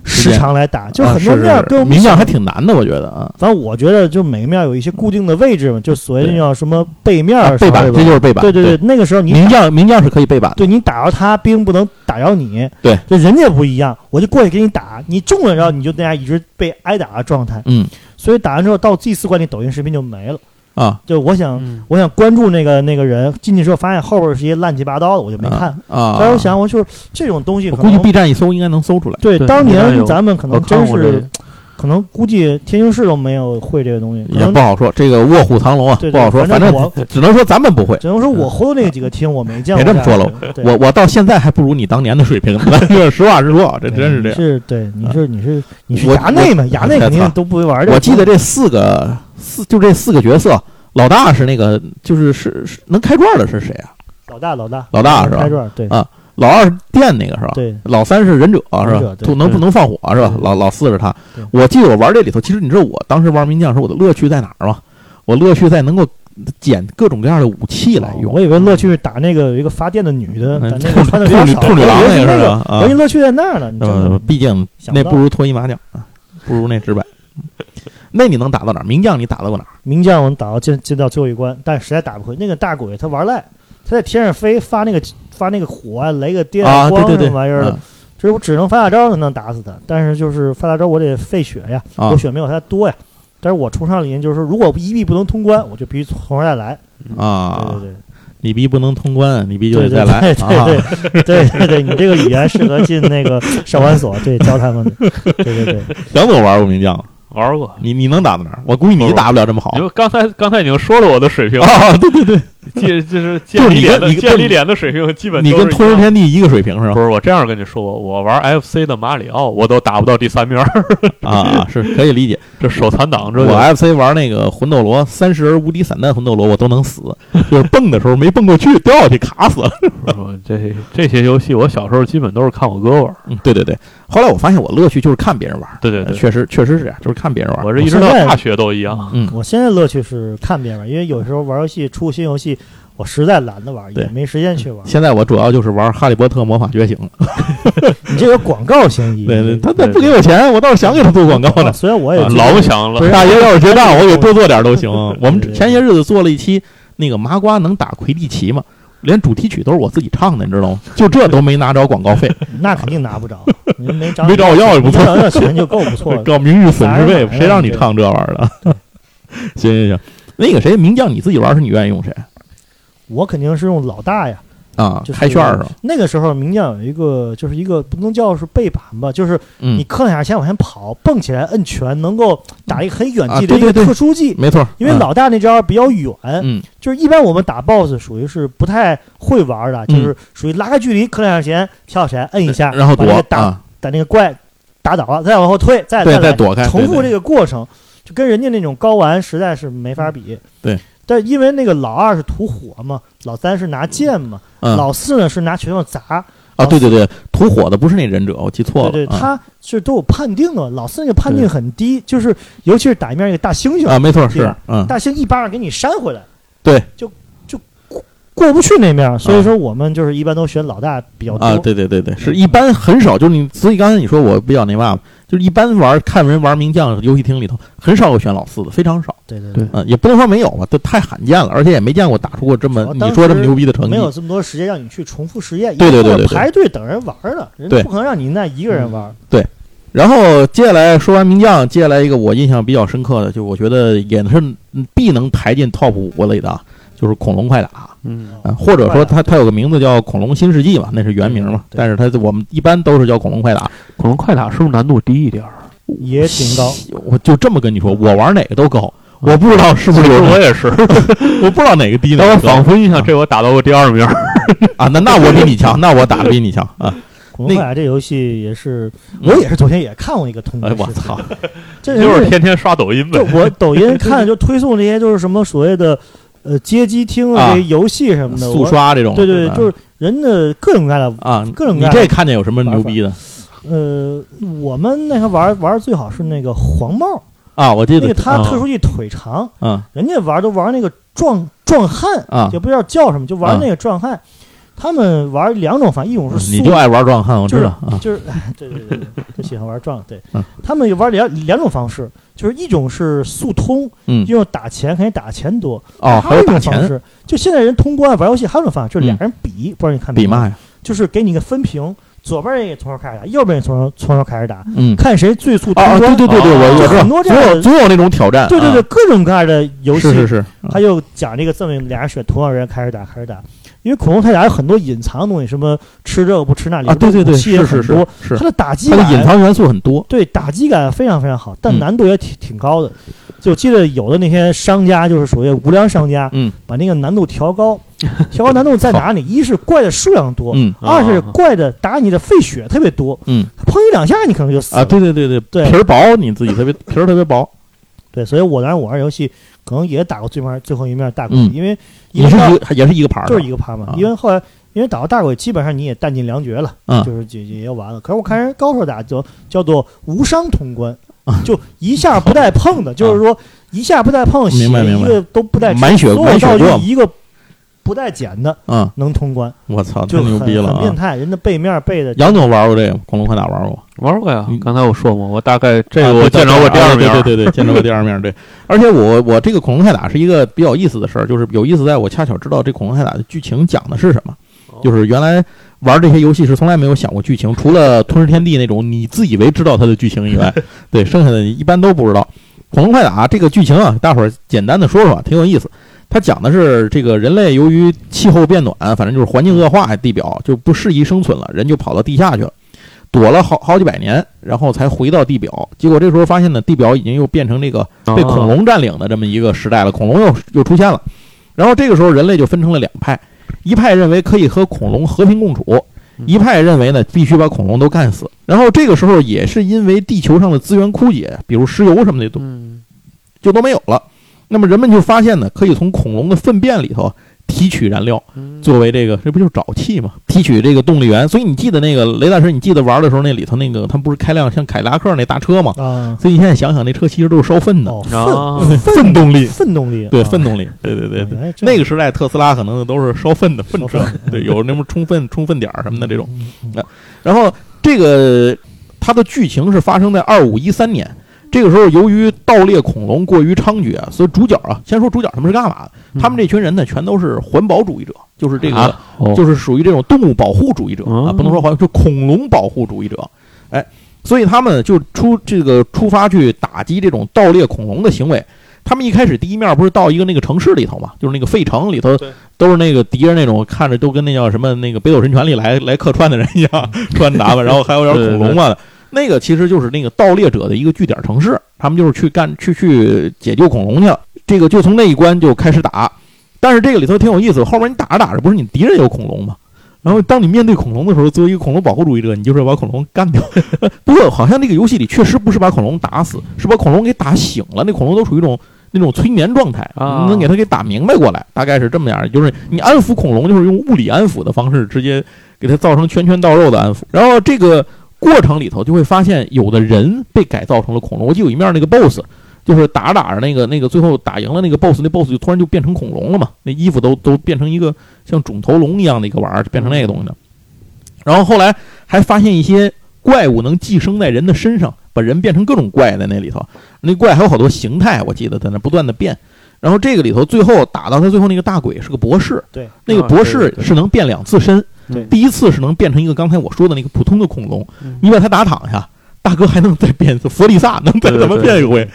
Speaker 4: 时长来打，就很多面
Speaker 2: 啊是
Speaker 4: 儿
Speaker 2: 是
Speaker 4: 跟我们
Speaker 2: 名将
Speaker 4: 想
Speaker 2: 还。挺难的，我觉得啊。
Speaker 4: 反正我觉得，就每个面儿有一些固定的位置嘛，就所谓的
Speaker 2: 对
Speaker 4: 叫什么背面儿
Speaker 2: 啊背
Speaker 4: 啥
Speaker 2: 板，
Speaker 4: 的
Speaker 2: 这就是背板。
Speaker 4: 对对
Speaker 2: 对
Speaker 4: 对，那个时候你
Speaker 2: 名将名将是可以背板的。
Speaker 4: 对你打着他，并不能打着你。
Speaker 2: 对，
Speaker 4: 就人家不一样，我就过去给你打，你中了，然后你就那样一直被挨打的状态。
Speaker 2: 嗯
Speaker 4: 所以打完之后，到第四关那抖音视频就没了。
Speaker 2: 啊
Speaker 4: 就我想，
Speaker 3: 嗯
Speaker 4: 我想关注那个那个人，进去之后发现后边是一些乱七八糟的，我就没看。
Speaker 2: 啊！
Speaker 4: 但是我想，我就是这种东西
Speaker 2: 我
Speaker 4: 可
Speaker 2: 估
Speaker 4: 能，
Speaker 2: 计 B 站一搜应该能搜出来。
Speaker 4: 对
Speaker 3: 对
Speaker 4: 当
Speaker 3: 应该
Speaker 4: 年
Speaker 3: 有
Speaker 4: 咱们可
Speaker 3: 我
Speaker 4: 能真
Speaker 3: 看过这
Speaker 4: 是
Speaker 3: 个，
Speaker 4: 可能估计天津市都没有会这个东西，可
Speaker 2: 也
Speaker 4: 能
Speaker 2: 不好说，这个卧虎藏龙啊，
Speaker 4: 对对
Speaker 2: 不好说，
Speaker 4: 反
Speaker 2: 反
Speaker 4: 正
Speaker 2: 正
Speaker 4: 我
Speaker 2: 只能说咱们不会。
Speaker 4: 只能说我活的那几个厅我没见过
Speaker 2: 别
Speaker 4: 样
Speaker 2: 这
Speaker 4: 的
Speaker 2: 么说
Speaker 4: 人。对
Speaker 2: 我我到现在还不如你当年的水平， 咱就是实话实说，啊这真是这
Speaker 4: 你
Speaker 2: 样。
Speaker 4: 是对，你是你是你是
Speaker 2: 啊我
Speaker 4: 衙内嘛？衙内肯定
Speaker 2: 我
Speaker 4: 都不会玩这个。
Speaker 2: 我记得这四个四就这四个角色，老大是那个就是是是能开转的是谁啊？
Speaker 4: 老大老大
Speaker 2: 老大是吧
Speaker 4: 开？转对
Speaker 2: 啊老二是电那个是吧？
Speaker 4: 对
Speaker 2: 老三是忍者
Speaker 4: 忍
Speaker 2: 是
Speaker 4: 者
Speaker 2: 吧？
Speaker 4: 对
Speaker 2: 不能
Speaker 3: 对
Speaker 2: 不能放火是吧
Speaker 4: 对？
Speaker 2: 老老四是他
Speaker 4: 对。
Speaker 2: 我记得我玩这里头，其实你知道我当时玩名将时候我的乐趣在哪儿吗？我乐趣在能够捡各种各样的武器来用
Speaker 4: 哦我。以为乐趣是打那个有一个发电的女的，
Speaker 2: 嗯
Speaker 4: 把 那个穿的比较少，
Speaker 2: 兔女兔女郎
Speaker 4: 哎我以为是
Speaker 2: 那个
Speaker 4: 那
Speaker 2: 是
Speaker 4: 个
Speaker 2: 吧，啊
Speaker 4: 我以为乐趣在那儿呢。你知道
Speaker 2: 呃
Speaker 4: 吗，
Speaker 2: 毕竟
Speaker 4: 想不
Speaker 2: 那
Speaker 4: 到
Speaker 2: 不如脱衣麻将啊，不如那直白。 那你能打到哪儿？名将你打到过哪 儿？
Speaker 4: 名将我们打到进进到最后一关，但实在打不回。那个大鬼他玩赖，他在天上飞发那个发那个火啊，雷个电
Speaker 2: 啊，对
Speaker 4: 光
Speaker 2: 对
Speaker 4: 什
Speaker 2: 对，
Speaker 4: 么玩意儿的，
Speaker 2: 嗯
Speaker 4: 这我只能发大招才能打死他。但是就是发大招我得费血呀，
Speaker 2: 啊
Speaker 4: 我血没有他多呀。但是我崇尚理念就是说，如果一币不能通关，我就必须从头再来。
Speaker 2: 啊
Speaker 4: 对，对对，
Speaker 2: 你逼不能通关，你逼就
Speaker 4: 对
Speaker 2: 得
Speaker 4: 对
Speaker 2: 再来
Speaker 4: 对
Speaker 2: 啊！
Speaker 4: 对对对对对，你这个语言适合进 那个少管所，对，教他们的，对对对，
Speaker 2: 杨总玩过名将，
Speaker 3: 玩过。
Speaker 2: 你你能打到哪儿？我估计你打不了这么好
Speaker 3: 因。为刚才刚才已经说了我的水平，
Speaker 2: 啊，对对对，
Speaker 3: 见 就
Speaker 2: 就
Speaker 3: 是见
Speaker 2: 你
Speaker 3: 李脸
Speaker 2: 跟
Speaker 3: 的
Speaker 2: 你跟
Speaker 3: 见李脸的水平基本
Speaker 2: 你
Speaker 3: 都
Speaker 2: 跟
Speaker 3: 是一
Speaker 2: 通人
Speaker 3: 样
Speaker 2: 天地一个水平是吧？
Speaker 3: 不是我这样跟你说，我我玩 FC 的马里奥，我都打不到第三名，
Speaker 2: 啊，是可以理解。
Speaker 3: 这手残党这
Speaker 2: 我
Speaker 3: 就
Speaker 2: FC 玩那个魂斗罗，三十而无敌散弹魂斗罗，我都能死，就是蹦的时候没蹦过去，掉下去卡死了。
Speaker 3: 我这这些游戏，我小时候基本都是看我哥玩。
Speaker 2: 嗯对对对，后来我发现我乐趣就是看别人玩，
Speaker 3: 对对对，
Speaker 2: 确实确实是这样，就是看别人玩。
Speaker 3: 我这一直到大学都一样。
Speaker 2: 嗯
Speaker 4: 我现在乐趣是看别人玩，因为有时候玩游戏出新游戏，我实在懒得玩，
Speaker 2: 对嗯
Speaker 4: 也没时间去玩。
Speaker 2: 现在我主要就是玩《哈利波特魔法觉醒》了。
Speaker 4: 你这有广告嫌疑，
Speaker 2: 对对，他他
Speaker 3: 对
Speaker 2: 不给我钱，我倒是想给他做广告呢
Speaker 4: 啊。虽然我也
Speaker 2: 啊
Speaker 4: 觉得
Speaker 2: 老
Speaker 3: 嗯老想了，
Speaker 2: 大爷要是觉得我给多做点都 行。我们
Speaker 4: 对对
Speaker 2: 前些日子做了一期那个麻瓜能打魁地奇嘛，连主题曲都是我自己唱的，你知道吗？就这都没拿着广告费，
Speaker 4: 那肯定拿不 着，您没找
Speaker 2: 没找我要也不错
Speaker 4: 没找这钱就够 不错了。
Speaker 2: 搞名誉损失费，
Speaker 4: 哎呀
Speaker 2: 谁让你唱这玩意儿的？ 行行行，那个谁，名将你自己玩是你愿意用谁
Speaker 4: 我肯定是用老大呀。
Speaker 2: 啊？
Speaker 4: 就是
Speaker 2: 开卷儿是吧？
Speaker 4: 那个时候名将有一个，就是一个不能叫是背板吧，就是你
Speaker 2: 嗯，
Speaker 4: 克两下先往前跑，蹦起来摁拳，能够打一个很远
Speaker 2: 啊
Speaker 4: 距离的
Speaker 2: 对
Speaker 4: 一
Speaker 2: 对
Speaker 4: 个
Speaker 2: 对
Speaker 4: 特殊技。
Speaker 2: 没错，啊
Speaker 4: 因为老大那招比较远，
Speaker 2: 嗯
Speaker 4: 就是一般我们打 BOSS 属于是不太会玩的，就是属于拉开距离，克两下弦，跳起来摁一下，
Speaker 2: 嗯然后躲
Speaker 4: 把那个打、
Speaker 2: 啊，
Speaker 4: 把那个怪打倒了，再往后退，再
Speaker 2: 对，
Speaker 4: 再来
Speaker 2: 再躲开，
Speaker 4: 重
Speaker 2: 对
Speaker 4: 复
Speaker 2: 对
Speaker 4: 这个过程，就跟人家那种高玩实在是没法比。
Speaker 2: 对，
Speaker 4: 但因为那个老二是吐火嘛，老三是拿剑嘛，
Speaker 2: 嗯
Speaker 4: 老四呢是拿拳头砸，
Speaker 2: 啊，对对对，吐火的不是那忍者，我记错
Speaker 4: 对
Speaker 2: 了。
Speaker 4: 对，
Speaker 2: 啊
Speaker 4: 他是都有判定的。老四那个判定很低，就是尤其是打一面那个大猩猩，
Speaker 2: 啊，没错，
Speaker 4: 对
Speaker 2: 是
Speaker 4: 吧
Speaker 2: 嗯，
Speaker 4: 大猩一巴掌给你扇回来，
Speaker 2: 对，嗯
Speaker 4: 就就过过不去那面儿，所以说我们就是一般都选老大比较多。
Speaker 2: 啊，对对对对，是一般很少，就是你，所以刚才你说我比较那嘛，就是一般玩看人玩名将游戏厅里头，很少有选老四的，非常少，
Speaker 4: 对对
Speaker 3: 对
Speaker 2: 嗯，也不能说没有吧，都太罕见了，而且也没见过打出过这么
Speaker 4: 主要
Speaker 2: 你
Speaker 4: 哦当
Speaker 2: 说这么
Speaker 4: 时
Speaker 2: 牛逼的成绩
Speaker 4: 没，有这么多时间让你去重复实验，
Speaker 2: 对对对
Speaker 4: 因为
Speaker 2: 对对
Speaker 4: 排队等人玩儿呢，人
Speaker 2: 对嗯
Speaker 4: 不可能让你那一个人玩儿。
Speaker 2: 然后接下来说完名将，接下来一个我印象比较深刻的，就我觉得也是嗯必能排进 top 五类的啊，就是恐龙快打
Speaker 3: 嗯，
Speaker 2: 啊，或者
Speaker 4: 快
Speaker 2: 说
Speaker 4: 打嗯
Speaker 2: 它它有个名字叫恐龙新世纪嘛，那是原名嘛，
Speaker 4: 对
Speaker 2: 但是它我们一般都是叫恐龙快打。
Speaker 3: 恐龙快打是不是难度低一 点儿？
Speaker 4: 也挺高，
Speaker 2: 我就这么跟你说，我玩哪个都高，我不知道是不是有，
Speaker 3: 也是，
Speaker 2: 我嗯不知道哪个低
Speaker 3: 但
Speaker 2: 哪
Speaker 3: 我
Speaker 2: 个
Speaker 3: 仿
Speaker 2: 高
Speaker 3: 佛印象这我打到过第二名。
Speaker 2: 啊，那那我比你 强，那我打的比你强啊，
Speaker 4: 恐龙快打这游戏也是，我也是昨天也看过一个通
Speaker 2: 嗯哎
Speaker 4: 关。
Speaker 2: 我操，，
Speaker 4: 这
Speaker 3: 就
Speaker 4: 人
Speaker 3: 是天天刷抖音 呗
Speaker 4: 就。我抖音看就推送这些就是什么所谓的呃街机厅
Speaker 2: 啊
Speaker 4: 这些游戏什么的，
Speaker 2: 速
Speaker 4: 我
Speaker 2: 刷这种，
Speaker 4: 对对
Speaker 2: 啊
Speaker 4: 对，就是人的各种各样的
Speaker 2: 啊，
Speaker 4: 各种各
Speaker 2: 你
Speaker 4: 样的
Speaker 2: 这看见有什么牛逼的
Speaker 4: 呃，我们那个玩玩儿最好是那个黄帽，
Speaker 2: 啊？我记
Speaker 4: 那
Speaker 2: 得
Speaker 4: 个他
Speaker 2: 啊
Speaker 4: 特殊技腿长，
Speaker 2: 啊
Speaker 4: 人家玩儿都玩儿那个壮壮汉，
Speaker 2: 啊，
Speaker 4: 也不知道叫什么，就玩儿那个壮汉。他们玩儿两种法，一种是
Speaker 2: 嗯
Speaker 4: 速
Speaker 2: 你就爱玩壮汉，我
Speaker 4: 就
Speaker 2: 知
Speaker 4: 是
Speaker 2: 道啊，
Speaker 4: 就是，哎对对对对，就喜欢玩壮。对
Speaker 2: 嗯，
Speaker 4: 他们玩两两种方式，就是一种是速通，
Speaker 2: 嗯
Speaker 4: 用打钱肯定打钱多。
Speaker 2: 哦，
Speaker 4: 还
Speaker 2: 还有
Speaker 4: 一
Speaker 2: 打
Speaker 4: 种方
Speaker 2: 钱
Speaker 4: 式，就现在人通关玩游戏还有一种方式，就是俩
Speaker 2: 嗯
Speaker 4: 人比，不知道你看没
Speaker 2: 比
Speaker 4: 看
Speaker 2: 嘛呀，
Speaker 4: 就是给你一个分屏，左边人也从头开始打，右边也从头从头开始打，
Speaker 2: 嗯。
Speaker 4: 看谁最速通
Speaker 2: 啊，啊
Speaker 4: 关。
Speaker 2: 对对对对，
Speaker 3: 啊
Speaker 2: 我我知道
Speaker 4: 很，多这
Speaker 2: 总
Speaker 4: 样
Speaker 2: 有
Speaker 4: 的
Speaker 2: 总有那种挑战，
Speaker 4: 对对对，
Speaker 2: 啊，
Speaker 4: 各种各样的游戏，
Speaker 2: 是是是，啊
Speaker 4: 他又讲这个这么俩人选同样人开始打开始打，因为恐龙快打有很多隐藏的东西，什么吃这个不吃那里
Speaker 2: 啊，对对对，
Speaker 4: 器也
Speaker 2: 是
Speaker 4: 很
Speaker 2: 是
Speaker 4: 多
Speaker 2: 是，是，
Speaker 4: 它的打击
Speaker 2: 它的
Speaker 4: 感
Speaker 2: 隐藏元素很多，
Speaker 4: 对打击感非常非常好，但
Speaker 2: 嗯
Speaker 4: 难度也挺、挺高的。就记得有的那些商家就是属于无良商家，
Speaker 2: 嗯
Speaker 4: 把那个难度调 高，调高难度在哪里？一是怪的数量多，
Speaker 2: 嗯
Speaker 4: 二是
Speaker 3: 啊
Speaker 4: 怪的打你的费血特别多，
Speaker 2: 嗯
Speaker 4: 碰一两下你可能就死了。
Speaker 2: 啊，对对对对，
Speaker 4: 对
Speaker 2: 皮儿薄，你自己特别皮儿特别薄，
Speaker 4: 对，所以我当时我玩游戏可能也打过最面最后一面大鬼，
Speaker 2: 嗯
Speaker 4: 因为
Speaker 2: 也
Speaker 4: 因为
Speaker 2: 是
Speaker 4: 到
Speaker 2: 一个也是一个牌儿的，
Speaker 4: 就是一个趴嘛
Speaker 2: 啊，
Speaker 4: 因为后来因为打到大鬼，基本上你也弹尽粮绝了，
Speaker 2: 嗯
Speaker 4: 就是也也就完了。可是我看人高手打就叫做无伤通关，
Speaker 2: 嗯
Speaker 4: 就一下不带碰的，就是说一下不带碰，血
Speaker 2: 明白明
Speaker 4: 一
Speaker 2: 白
Speaker 4: 个都不带吃，
Speaker 2: 满血
Speaker 4: 所
Speaker 2: 满
Speaker 4: 有
Speaker 2: 血
Speaker 4: 道具
Speaker 2: 过嘛
Speaker 4: 一个不带捡的
Speaker 2: 嗯，
Speaker 4: 能通关，
Speaker 2: 我操，太
Speaker 4: 就
Speaker 2: 牛
Speaker 4: 很
Speaker 2: 逼了
Speaker 4: 很变
Speaker 2: 啊！
Speaker 4: 态，人的背面背的
Speaker 2: 杨总玩过这个《恐龙快打》，玩过，
Speaker 3: 玩过呀
Speaker 2: 嗯
Speaker 3: 刚才我说嘛，我大概这
Speaker 2: 啊
Speaker 3: 个
Speaker 2: 对
Speaker 3: 我
Speaker 2: 对
Speaker 3: 啊见着过
Speaker 2: 对
Speaker 3: 第二名。
Speaker 2: 对对对对，见着过第二面， 对。而且我我这个《恐龙快打》是一个比较有意思的事儿，就是有意思在我恰巧知道这《恐龙快打》的剧情讲的是什么，
Speaker 3: 哦
Speaker 2: 就是原来玩这些游戏是从来没有想过剧情，除了《吞噬天地》那种你自以为知道它的剧情以 外，对剩下的一般都不知道。《恐龙快打》这个剧情啊，大伙儿简单的说说，挺有意思。它讲的是这个人类由于气候变暖，反正就是环境恶化，地表就不适宜生存了，人就跑到地下去了，躲了好好几百年，然后才回到地表。结果这时候发现呢，地表已经又变成这个
Speaker 3: 啊
Speaker 2: 被恐龙占领的这么一个时代了，恐龙又又出现了。然后这个时候人类就分成了两派，一派认为可以和恐龙和平共处，一派认为呢必须把恐龙都干死。然后这个时候也是因为地球上的资源枯竭，比如石油什么的都
Speaker 3: 嗯，
Speaker 2: 就都没有了。那么人们就发现呢，可以从恐龙的粪便里头提取燃料
Speaker 3: 嗯
Speaker 2: 作为这个，这不就是沼气嘛？提取这个动力源。所以你记得那个雷大师，你记得玩的时候那里头那个，他们不是开辆像凯迪拉克那大车吗？
Speaker 4: 啊，
Speaker 2: 所以你现在想想，那车其实都是烧粪的，
Speaker 4: 哦，
Speaker 3: 啊
Speaker 4: 粪
Speaker 2: 粪动力，
Speaker 4: 粪动力，
Speaker 2: 对，
Speaker 4: 啊
Speaker 2: 粪动力，哦对对对对。
Speaker 4: 哎这
Speaker 2: 那个时代特斯拉可能都是烧粪的粪车
Speaker 4: 烧，
Speaker 2: 对，有那么充分充分点儿什么的这种。啊
Speaker 4: 嗯嗯
Speaker 2: 然后这个它的剧情是发生在二五一三年。这个时候，由于盗猎恐龙过于猖獗啊，所以主角啊，先说主角他们是干嘛的？他们这群人呢，全都是环保主义者，就是这个，
Speaker 3: 啊哦
Speaker 2: 就是属于这种动物保护主义者啊，
Speaker 3: 哦
Speaker 2: 不能说环，就恐龙保护主义者。哎，所以他们就出这个出发去打击这种盗猎恐龙的行为。他们一开始第一面不是到一个那个城市里头嘛，就是那个费城里头
Speaker 3: 对，
Speaker 2: 都是那个敌人那种看着都跟那叫什么那个《北斗神拳》里来来客串的人一样， 穿打扮，然后还有点恐龙嘛的。那个其实就是那个盗猎者的一个据点城市，他们就是去干去去解救恐龙去了。这个就从那一关就开始打，但是这个里头挺有意思，后面你打着打着，不是你敌人有恐龙吗？然后当你面对恐龙的时候，作为一个恐龙保护主义者，你就是要把恐龙干掉。 不过好像那个游戏里确实不是把恐龙打死，是把恐龙给打醒了。那恐龙都属于一种那种催眠状态，
Speaker 3: 啊
Speaker 2: 你能给它给打明白过来，大概是这么样儿。就是你安抚恐龙，就是用物理安抚的方式，直接给它造成拳拳到肉的安抚。然后这个过程里头就会发现，有的人被改造成了恐龙。我记得有一面那个 BOSS，就是打着打着那个那个最后打赢了那个 BOSS，那 BOSS 就突然就变成恐龙了嘛，那衣服都都变成一个像肿头龙一样的一个玩意儿，就变成那个东西了。然后后来还发现一些怪物能寄生在人的身上，把人变成各种怪在那里头。那怪还有好多形态，我记得在那不断的变。然后这个里头最后打到他最后那个大鬼是个博士，
Speaker 4: 对，
Speaker 2: 那个
Speaker 3: 啊
Speaker 2: 博
Speaker 3: 对对
Speaker 2: 士
Speaker 3: 对
Speaker 2: 是能变两次身，
Speaker 4: 对
Speaker 2: 第一次是能变成一个刚才我说的那个普通的恐龙，
Speaker 4: 嗯
Speaker 2: 你把他打躺下，大哥还能再变一次佛利萨，能再
Speaker 3: 对对
Speaker 2: 怎么
Speaker 3: 对
Speaker 2: 变一回？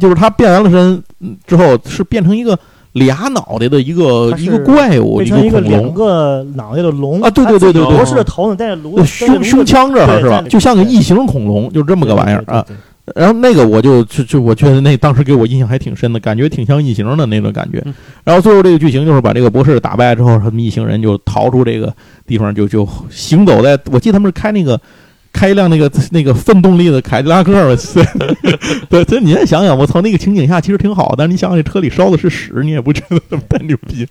Speaker 2: 就是他变完了身嗯之后，是变成一个俩脑袋的一个
Speaker 4: 他是
Speaker 2: 一个怪物，
Speaker 4: 变
Speaker 2: 一
Speaker 4: 成一个
Speaker 2: 恐
Speaker 4: 两
Speaker 2: 龙。
Speaker 4: 个脑袋的龙
Speaker 2: 啊对对对对
Speaker 4: 它自己
Speaker 3: 对
Speaker 4: 博士的头呢，带着
Speaker 2: 对
Speaker 4: 龙
Speaker 2: 胸胸
Speaker 4: 这
Speaker 2: 腔这儿
Speaker 4: 对
Speaker 2: 是吧
Speaker 4: 在？里
Speaker 2: 就像个
Speaker 4: 对
Speaker 2: 异形恐龙，就这么个玩意儿啊。，然后那个我就就就我觉得那当时给我印象还挺深的，感觉挺像异形的那种感觉
Speaker 3: 嗯。
Speaker 2: 然后最后这个剧情就是把这个博士打败之后，他们一行人就逃出这个地方，就就行走在，我记得他们是开那个。开一辆那个那个奋动力的凯迪拉克吧，对，所以你再想想，我操，那个情景下其实挺好，但是你想想这车里烧的是屎，你也不觉得他们太牛逼。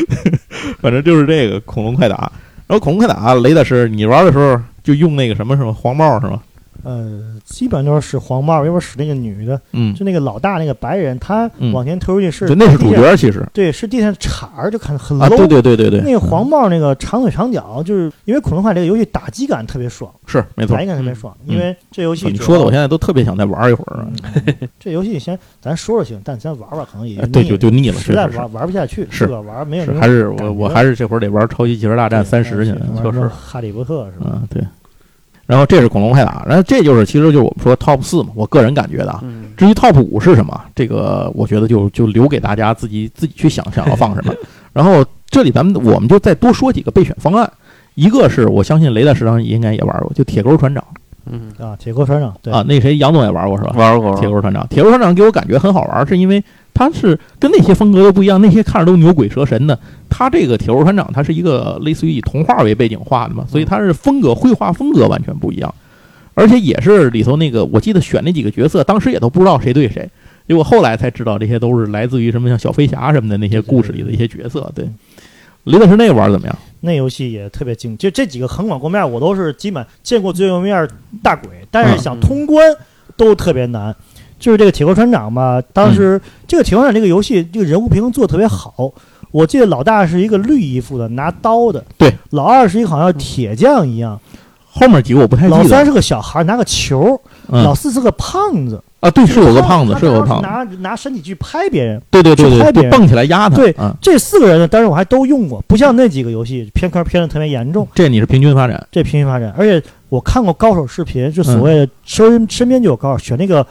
Speaker 2: 反正就是这个恐龙快打，然后恐龙快打，雷大师，你玩的时候就用那个什么什么黄帽是吗？
Speaker 4: 呃，基本上都是使黄帽，要不使那个女的，
Speaker 2: 嗯，
Speaker 4: 就那个老大那个白人，他
Speaker 2: 嗯
Speaker 4: 往前推出去是
Speaker 2: 对，那是主
Speaker 4: 地
Speaker 2: 角
Speaker 4: 上，
Speaker 2: 儿其实，
Speaker 4: 对，是地上茬儿，就看很
Speaker 2: 啊，对
Speaker 4: low。
Speaker 2: 对对对对，
Speaker 4: 那个黄帽那个长腿长脚，就是因为恐龙快这个游戏打击感特别爽，
Speaker 2: 是没错
Speaker 4: 打。击感特别爽，因为这游戏
Speaker 2: 你
Speaker 4: 主
Speaker 2: 说的，
Speaker 4: 要
Speaker 2: 我现在都特别想再玩一会儿。
Speaker 4: 嗯 这游戏先咱说说行，但咱玩玩可能也
Speaker 2: 哎对，
Speaker 4: 腻
Speaker 2: 就
Speaker 4: 了
Speaker 2: 就腻了，
Speaker 4: 实
Speaker 2: 确
Speaker 4: 在
Speaker 2: 实是
Speaker 4: 玩玩不下去，
Speaker 2: 是
Speaker 4: 吧？玩没有
Speaker 2: 是
Speaker 4: 那种
Speaker 2: 还是我
Speaker 4: 感
Speaker 2: 我
Speaker 4: 觉
Speaker 2: 还是这会儿得玩《超级汽车大战三十》去，
Speaker 4: 玩
Speaker 2: 确
Speaker 4: 什么
Speaker 2: 实，
Speaker 4: 哈利波特是吧？
Speaker 2: 嗯对。然后这是恐龙快打，然后这就是其实就是我们说 top 四嘛，我个人感觉的啊。
Speaker 3: 嗯
Speaker 2: 至于 top 五是什么，这个我觉得就就留给大家自己自己去想想要放 什么。然后这里咱们我们就再多说几个备选方案，一个是我相信雷大师当时应该也玩过，就铁钩船长
Speaker 3: 嗯，
Speaker 4: 啊，铁锅船长对
Speaker 2: 啊，，那谁杨总也玩过是吧？
Speaker 3: 玩过
Speaker 4: 嗯
Speaker 2: 铁钩船长，铁钩船长给我感觉很好玩，是因为他是跟那些风格都不一样，那些看着都牛鬼蛇神的，他这个铁钩船长他是一个类似于以童话为背景画的嘛，
Speaker 4: 嗯
Speaker 2: 所以他是风格绘画风格完全不一样，而且也是里头那个我记得选那几个角色，当时也都不知道谁对谁，结果后来才知道这些都是来自于什么像小飞侠什么的那些故事里的一些角色。对，雷老师那个玩儿怎么样？
Speaker 4: 那游戏也特别精，就这几个横广构面我都是基本见过最右面大鬼，但
Speaker 2: 嗯
Speaker 4: 是想通关都特别难。就是这个铁锅船长吧，当
Speaker 2: 嗯
Speaker 4: 时这个铁锅船长这个游戏，这个人物平衡做的特别好。我记得老大是一个绿衣服的，拿刀的；
Speaker 2: 对，
Speaker 4: 老二是一个好像铁匠一样；
Speaker 2: 后面几个我不太
Speaker 4: 老
Speaker 2: 嗯记
Speaker 4: 三
Speaker 2: 得。
Speaker 4: 是个小孩，拿个球；老
Speaker 2: 嗯
Speaker 4: 四是个胖子，
Speaker 2: 啊，对，是有个
Speaker 4: 他
Speaker 2: 胖子，
Speaker 4: 他
Speaker 2: 是有个
Speaker 4: 当时
Speaker 2: 胖子，
Speaker 4: 拿拿身体去拍别人。
Speaker 2: 对对对
Speaker 4: 去
Speaker 2: 对，
Speaker 4: 拍别
Speaker 2: 就
Speaker 4: 人
Speaker 2: 蹦起来压他。
Speaker 4: 对
Speaker 2: 啊，
Speaker 4: 这四个人呢，当时我还都用过，不像那几个游戏偏科偏的特别严重，
Speaker 2: 这你是平均发展。
Speaker 4: 这平行发展。而且我看过高手视频，
Speaker 2: 嗯
Speaker 4: 就所谓的身身边就有高手，选那个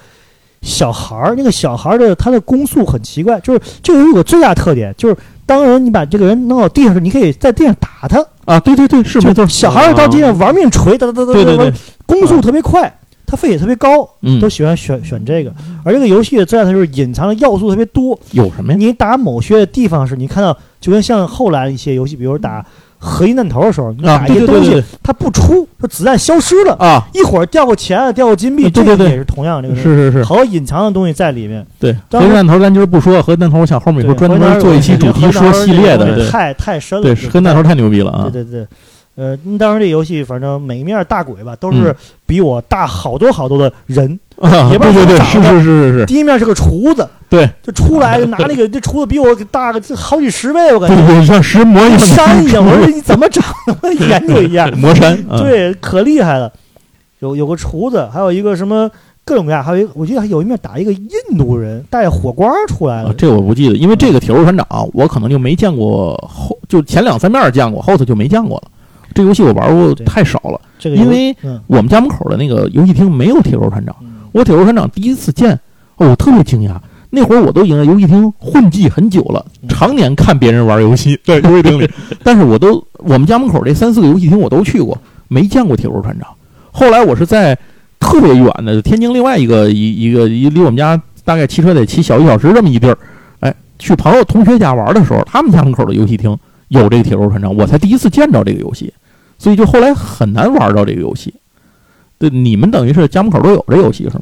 Speaker 4: 小孩儿，那个小孩儿的他的攻速很奇怪，就是这个游戏有个最大特点就是。当人你把这个人弄到地上时，你可以在地上打他。
Speaker 2: 啊，对对对，是
Speaker 4: 就
Speaker 2: 没错，
Speaker 4: 小孩儿到地上玩命锤，哒哒哒哒
Speaker 2: 对对
Speaker 4: 哒
Speaker 2: 对
Speaker 4: 哒，，攻速特别快，他费也特别高，
Speaker 2: 嗯
Speaker 4: 都，喜欢选选这个。而这个游戏的最大特点就是隐藏的要素特别多，
Speaker 2: 有什么呀？
Speaker 4: 你打某些地方时，你看到就跟像后来一些游戏，比如打合一弹头的时候，你
Speaker 2: 啊，
Speaker 4: 打一
Speaker 2: 对
Speaker 4: 个
Speaker 2: 对
Speaker 4: 东
Speaker 2: 对
Speaker 4: 西
Speaker 2: 对对
Speaker 4: 它不出，说子弹消失了，
Speaker 2: 啊，
Speaker 4: 一会儿掉个钱，掉个金
Speaker 2: 啊
Speaker 4: 币，
Speaker 2: 对对
Speaker 4: 这个
Speaker 2: 对
Speaker 4: 也是同样这个事儿，
Speaker 2: 是是是，
Speaker 4: 好多隐藏的东西在里面。
Speaker 2: 对。核
Speaker 4: 当时
Speaker 2: 弹头咱今儿不说，核弹头我想后面以后
Speaker 4: 对
Speaker 2: 专
Speaker 4: 核弹
Speaker 2: 门
Speaker 4: 头
Speaker 2: 做一期主
Speaker 4: 我
Speaker 2: 题
Speaker 4: 觉得
Speaker 2: 说
Speaker 4: 核弹头
Speaker 2: 系列
Speaker 4: 这
Speaker 2: 的，
Speaker 4: 个东西
Speaker 2: 对
Speaker 4: 太太深了。
Speaker 2: 对，
Speaker 4: 这
Speaker 2: 是
Speaker 4: 个
Speaker 2: 核弹头太牛逼了啊！
Speaker 4: 对对对，呃，当时这游戏反正每一面大鬼吧，都是
Speaker 2: 嗯
Speaker 4: 比我大好多好多的人。
Speaker 2: 啊，
Speaker 4: 也不
Speaker 2: 对
Speaker 4: 知道
Speaker 2: 对对，
Speaker 4: 咋
Speaker 2: 是
Speaker 4: 的
Speaker 2: 是是是 是，
Speaker 4: 第一面是个厨子，
Speaker 2: 对
Speaker 4: 就出来就拿那个这厨子比我大个好几十倍，我感
Speaker 2: 对
Speaker 4: 觉
Speaker 2: 对，像 石磨一
Speaker 4: 跟
Speaker 2: 样的
Speaker 4: 山一样。我说你怎么长得研究一下？
Speaker 2: 磨山，啊，
Speaker 4: 对，可厉害了。有有个厨子，还有一个什么各种各样，还有一个我记得还有一面打一个印度人，带火罐儿出来
Speaker 2: 啊
Speaker 4: 了，
Speaker 2: 这我不记得，因为这个铁路船长我可能就没见过后，就前两三面见过，后头就没见过了。这游戏我玩过
Speaker 4: 对
Speaker 2: 太少了，
Speaker 4: 这个
Speaker 2: 因
Speaker 4: 有
Speaker 2: 为
Speaker 4: 嗯
Speaker 2: 我们家门口的那个游戏厅没有铁路船长。
Speaker 4: 嗯
Speaker 2: 我铁路船长第一次见，哦，我特别惊讶。那会儿我都已经在游戏厅混迹很久了，
Speaker 4: 嗯
Speaker 2: 常年看别人玩游戏，在游戏厅里。但是我都我们家门口这三四个游戏厅我都去过，没见过铁路船长。后来我是在特别远的天津另外一个一一个一离我们家大概骑车得骑小一小时这么一地儿，哎，去朋友同学家玩的时候，他们家门口的游戏厅有这个铁路船长，我才第一次见着这个游戏，所以就后来很难玩到这个游戏。对，你们等于是家门口都有这游戏是吗？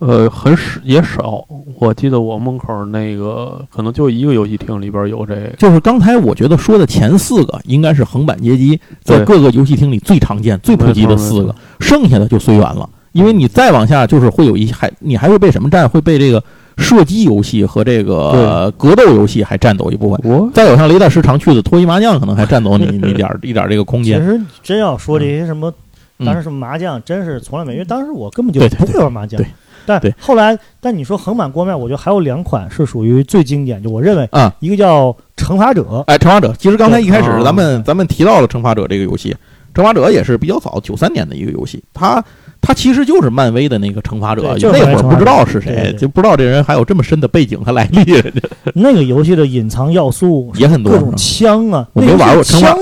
Speaker 3: 呃，很少也少。我记得我门口那个可能就一个游戏厅里边有这个。
Speaker 2: 就是刚才我觉得说的前四个应该是横版街机在
Speaker 3: 对
Speaker 2: 各个游戏厅里最常见、最普及的四
Speaker 3: 没
Speaker 2: 个
Speaker 3: 错，
Speaker 2: 剩下的就随缘了。因为你再往下就是会有一还你还会被什么占？会被这个射击游戏和这个呃格斗游戏还占走一部分。
Speaker 3: 我
Speaker 2: 再有像雷大师常去的脱衣麻将，可能还占走你你一点儿一点儿这个空
Speaker 4: 其
Speaker 2: 间。
Speaker 4: 实真要说这些什么，
Speaker 2: 嗯
Speaker 4: 当时什么麻将，真是从来没，因为当时我根本就
Speaker 2: 对对
Speaker 4: 不会玩麻将
Speaker 2: 对。
Speaker 4: 但
Speaker 2: 对
Speaker 4: 后来，但你说横版桌面，我觉得还有两款是属于最经典，就我认为
Speaker 2: 啊，
Speaker 4: 一个叫《惩罚者》，
Speaker 2: 哎，惩罚者，其实刚才一开始
Speaker 3: 对
Speaker 2: 咱们咱们提到了惩罚者这个游戏，惩罚者也是比较早，九三年的一个游戏，它它其实就是漫威的那个惩罚者，
Speaker 4: 对就是
Speaker 2: 那会儿不知道是
Speaker 4: 惩罚者
Speaker 2: 谁
Speaker 4: 对对，对
Speaker 2: 就不知道这人还有这么深的背景和来历，人家
Speaker 4: 那个游戏的隐藏要素
Speaker 2: 也很多
Speaker 4: 各。
Speaker 2: 是
Speaker 4: 种
Speaker 2: 吧
Speaker 4: 枪啊，
Speaker 2: 我没
Speaker 4: 那游戏
Speaker 2: 玩过惩罚
Speaker 4: 枪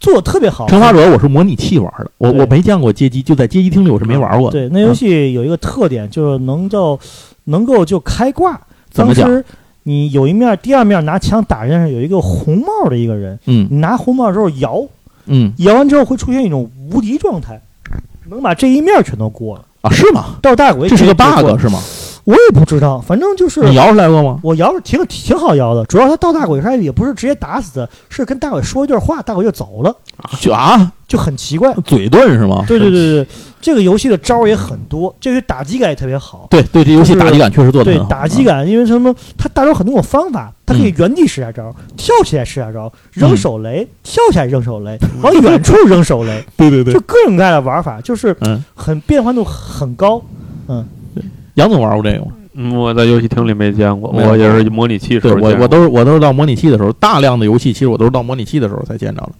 Speaker 4: 做的特别好。
Speaker 2: 惩罚者我是模拟器玩的，我
Speaker 4: 对
Speaker 2: 我没见过街机，就在街机厅里我是没玩过的。
Speaker 4: 对，那游戏有一个特点，就是能叫能够就开挂。
Speaker 2: 怎么
Speaker 4: 当
Speaker 2: 讲
Speaker 4: 时你有一面，第二面拿枪打人是有一个红帽的一个人，
Speaker 2: 嗯
Speaker 4: 你拿红帽之后摇，
Speaker 2: 嗯
Speaker 4: 摇完之后会出现一种无敌状态，能把这一面全都过了。
Speaker 2: 啊，是吗？
Speaker 4: 到大鬼
Speaker 2: 这是个
Speaker 4: 可以过
Speaker 2: bug 是吗？
Speaker 4: 我也不知道，反正就是
Speaker 2: 你摇出来过吗？
Speaker 4: 我摇是挺挺好摇的，主要他到大鬼上也不是直接打死的，是跟大鬼说一段话，大鬼就走了，
Speaker 2: 就啊，
Speaker 4: 就很奇怪。
Speaker 2: 嘴遁是吗？
Speaker 4: 对对对对，对这个游戏的招儿也很多，这个打击感也特别好。
Speaker 2: 对对，这游戏
Speaker 4: 就是
Speaker 2: 打击感确实做的
Speaker 4: 对
Speaker 2: 很好。
Speaker 4: 打击感，因为什么？它大招很多种方法，它
Speaker 2: 嗯
Speaker 4: 可以原地使下招，跳起来使下招，扔手雷，跳起来扔手雷，往远处扔手雷，
Speaker 2: 嗯， 对对
Speaker 4: 就，各种各样的玩法，就是
Speaker 2: 嗯，
Speaker 4: 很变化度很高。
Speaker 2: 杨总玩过这个吗？
Speaker 3: 嗯我在游戏厅里没见过，
Speaker 2: 没有
Speaker 3: 我也是模拟器时
Speaker 2: 对
Speaker 3: 候
Speaker 2: 我
Speaker 3: 见
Speaker 2: 我
Speaker 3: 过
Speaker 2: 都是我都是到模拟器的时候，大量的游戏其实我都是到模拟器的时候才见着的。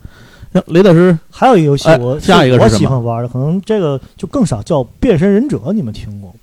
Speaker 2: 那雷大师
Speaker 4: 还有一个游戏
Speaker 2: 哎
Speaker 4: 我，
Speaker 2: 下一个是
Speaker 4: 我
Speaker 2: 什么
Speaker 4: 喜欢玩的，可能这个就更少，叫《变身忍者》，你们听过？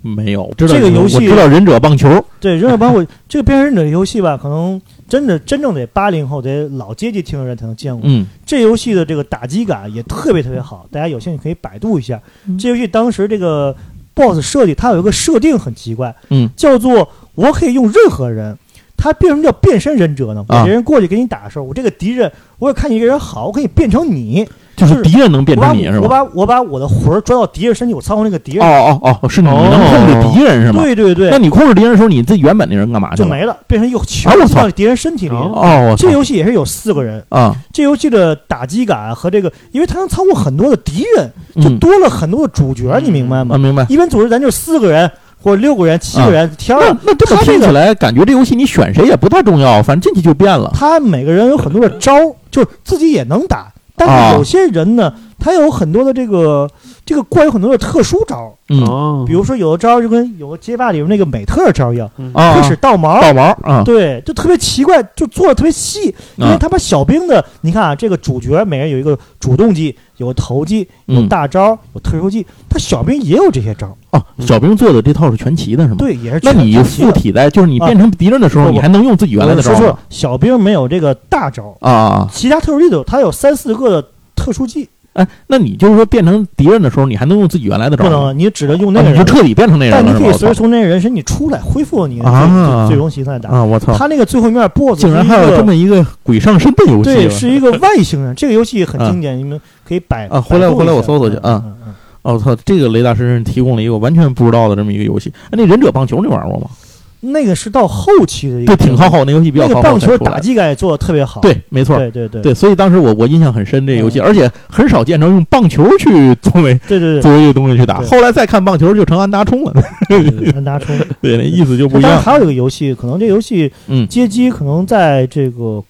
Speaker 2: 没有知道
Speaker 4: 这个游戏
Speaker 2: 我知道忍者棒球，
Speaker 4: 对， 忍者帮我这个《变身忍者》游戏吧，可能真的真正得八零后得老阶级听的人才能见过。
Speaker 2: 嗯，
Speaker 4: 这游戏的这个打击感也特别特别好，大家有兴趣可以百度一下。这游戏当时这个 BOSS 设计，它有一个设定很奇怪，
Speaker 2: 嗯，
Speaker 4: 叫做我可以用任何人。它为什么叫变身忍者呢？我
Speaker 2: 啊
Speaker 4: 这人过去给你打的时候，我这个敌人，我也看你这人好，我可以变成你，
Speaker 2: 就是敌人能变成你是
Speaker 4: 我
Speaker 2: 吧？
Speaker 4: 把我把我把我的魂儿抓到敌人身体，我操控那个敌人，
Speaker 2: 哦哦哦，是你能
Speaker 3: 哦
Speaker 2: 控制敌人是吗？
Speaker 4: 对对对，
Speaker 2: 那你控制敌人的时候，你自己原本那人干嘛去
Speaker 4: 就
Speaker 2: 了？
Speaker 4: 没了，变成一个球
Speaker 2: 啊我
Speaker 4: 进
Speaker 2: 操
Speaker 4: 到敌人身体里。
Speaker 3: 哦
Speaker 2: 哦，我操
Speaker 4: 这游戏也是有四个人，
Speaker 2: 啊，
Speaker 4: 这游戏的打击感和这个，因为它能操控很多的敌人，就
Speaker 2: 嗯
Speaker 4: 多了很多的主角，你明白
Speaker 2: 啊，
Speaker 4: 吗？
Speaker 2: 明白。
Speaker 4: 一般组织咱就四个人或者六个人、七个人、天
Speaker 2: 那
Speaker 4: 儿，
Speaker 2: 那这么
Speaker 4: 他这
Speaker 2: 听
Speaker 4: 个
Speaker 2: 起来，感觉这游戏你选谁也不太重要，反正进去就变了。
Speaker 4: 他每个人有很多的招儿，就是自己也能打，但
Speaker 2: 啊
Speaker 4: 是有些人呢，他有很多的这个这个怪有很多的特殊招儿，
Speaker 2: 嗯
Speaker 3: 哦，
Speaker 4: 比如说有的招儿就跟有个街霸里面那个美特招儿一样，
Speaker 2: 啊，
Speaker 4: 会使倒毛。
Speaker 2: 倒毛啊，
Speaker 4: 对，就特别奇怪，就做的特别细，因为
Speaker 2: 啊
Speaker 4: 他把小兵的，你看啊，这个主角每人有一个主动技，有投技，有
Speaker 2: 嗯
Speaker 4: 大招，有特殊技，他小兵也有这些招儿，
Speaker 2: 哦，小兵做的这套是全齐的是吗？。
Speaker 4: 对，也是
Speaker 2: 那
Speaker 4: 全
Speaker 2: 你
Speaker 4: 全齐
Speaker 2: 附
Speaker 4: 的
Speaker 2: 体在就是你
Speaker 4: 啊
Speaker 2: 变成敌人的时候，
Speaker 4: 不不
Speaker 2: 你还能用自己原来的招儿
Speaker 4: 呃说错
Speaker 2: 吗
Speaker 4: 了，小兵没有这个大招，
Speaker 2: 啊啊啊！
Speaker 4: 其他特殊技能他有三四个的特殊技，
Speaker 2: 哎，那你就是说变成敌人的时候，你还能用自己原来的招
Speaker 4: 不
Speaker 2: 儿吗？
Speaker 4: 能，你只能用那
Speaker 2: 啊
Speaker 4: 个
Speaker 2: 你
Speaker 4: 人
Speaker 2: 就，彻底变成那样
Speaker 4: 但你
Speaker 2: 了，
Speaker 4: 可以
Speaker 2: 是
Speaker 4: 随
Speaker 2: 吧
Speaker 4: 时从那人身体出来，恢复你的最
Speaker 2: 啊
Speaker 4: 最最终形态打。
Speaker 2: 啊！我操，
Speaker 4: 他那个最后一面 BOSS
Speaker 2: 竟然
Speaker 4: 是一
Speaker 2: 还有
Speaker 4: 个
Speaker 2: 这么一个鬼上身的游戏啊
Speaker 4: 对，
Speaker 2: 了
Speaker 4: 是一个外星人。这个游戏很经典，你们可以百
Speaker 2: 啊回来
Speaker 4: 百度
Speaker 2: 回来
Speaker 4: 一下
Speaker 2: 我搜搜去
Speaker 4: 嗯
Speaker 2: 啊
Speaker 4: 嗯嗯
Speaker 2: 哦我操，这个雷大师提供了一个我完全不知道的这么一个游戏。哎，那忍者棒球你玩过吗？
Speaker 4: 嗯那个是到后期的一
Speaker 2: 对，
Speaker 4: 个，
Speaker 2: 挺靠。后，那游戏比较
Speaker 4: 那
Speaker 2: 靠
Speaker 4: 个
Speaker 2: 后
Speaker 4: 棒
Speaker 2: 才
Speaker 4: 球
Speaker 2: 出来
Speaker 4: 打击感也做的特别好。
Speaker 2: 对，没错儿。
Speaker 4: 对对对
Speaker 2: 对，所以当时我我印象很深这个游戏，
Speaker 4: 嗯
Speaker 2: 而且很少见着用棒球去作为
Speaker 4: 对对
Speaker 2: 作为这个东西去打。
Speaker 4: 对
Speaker 2: 后来再看棒球就成安达充了，
Speaker 4: 对对，安达充。
Speaker 2: 对，那意思就不一
Speaker 4: 当然
Speaker 2: 样。
Speaker 4: 还有一个游戏，可能这游戏
Speaker 2: 嗯，
Speaker 4: 街机可能在这个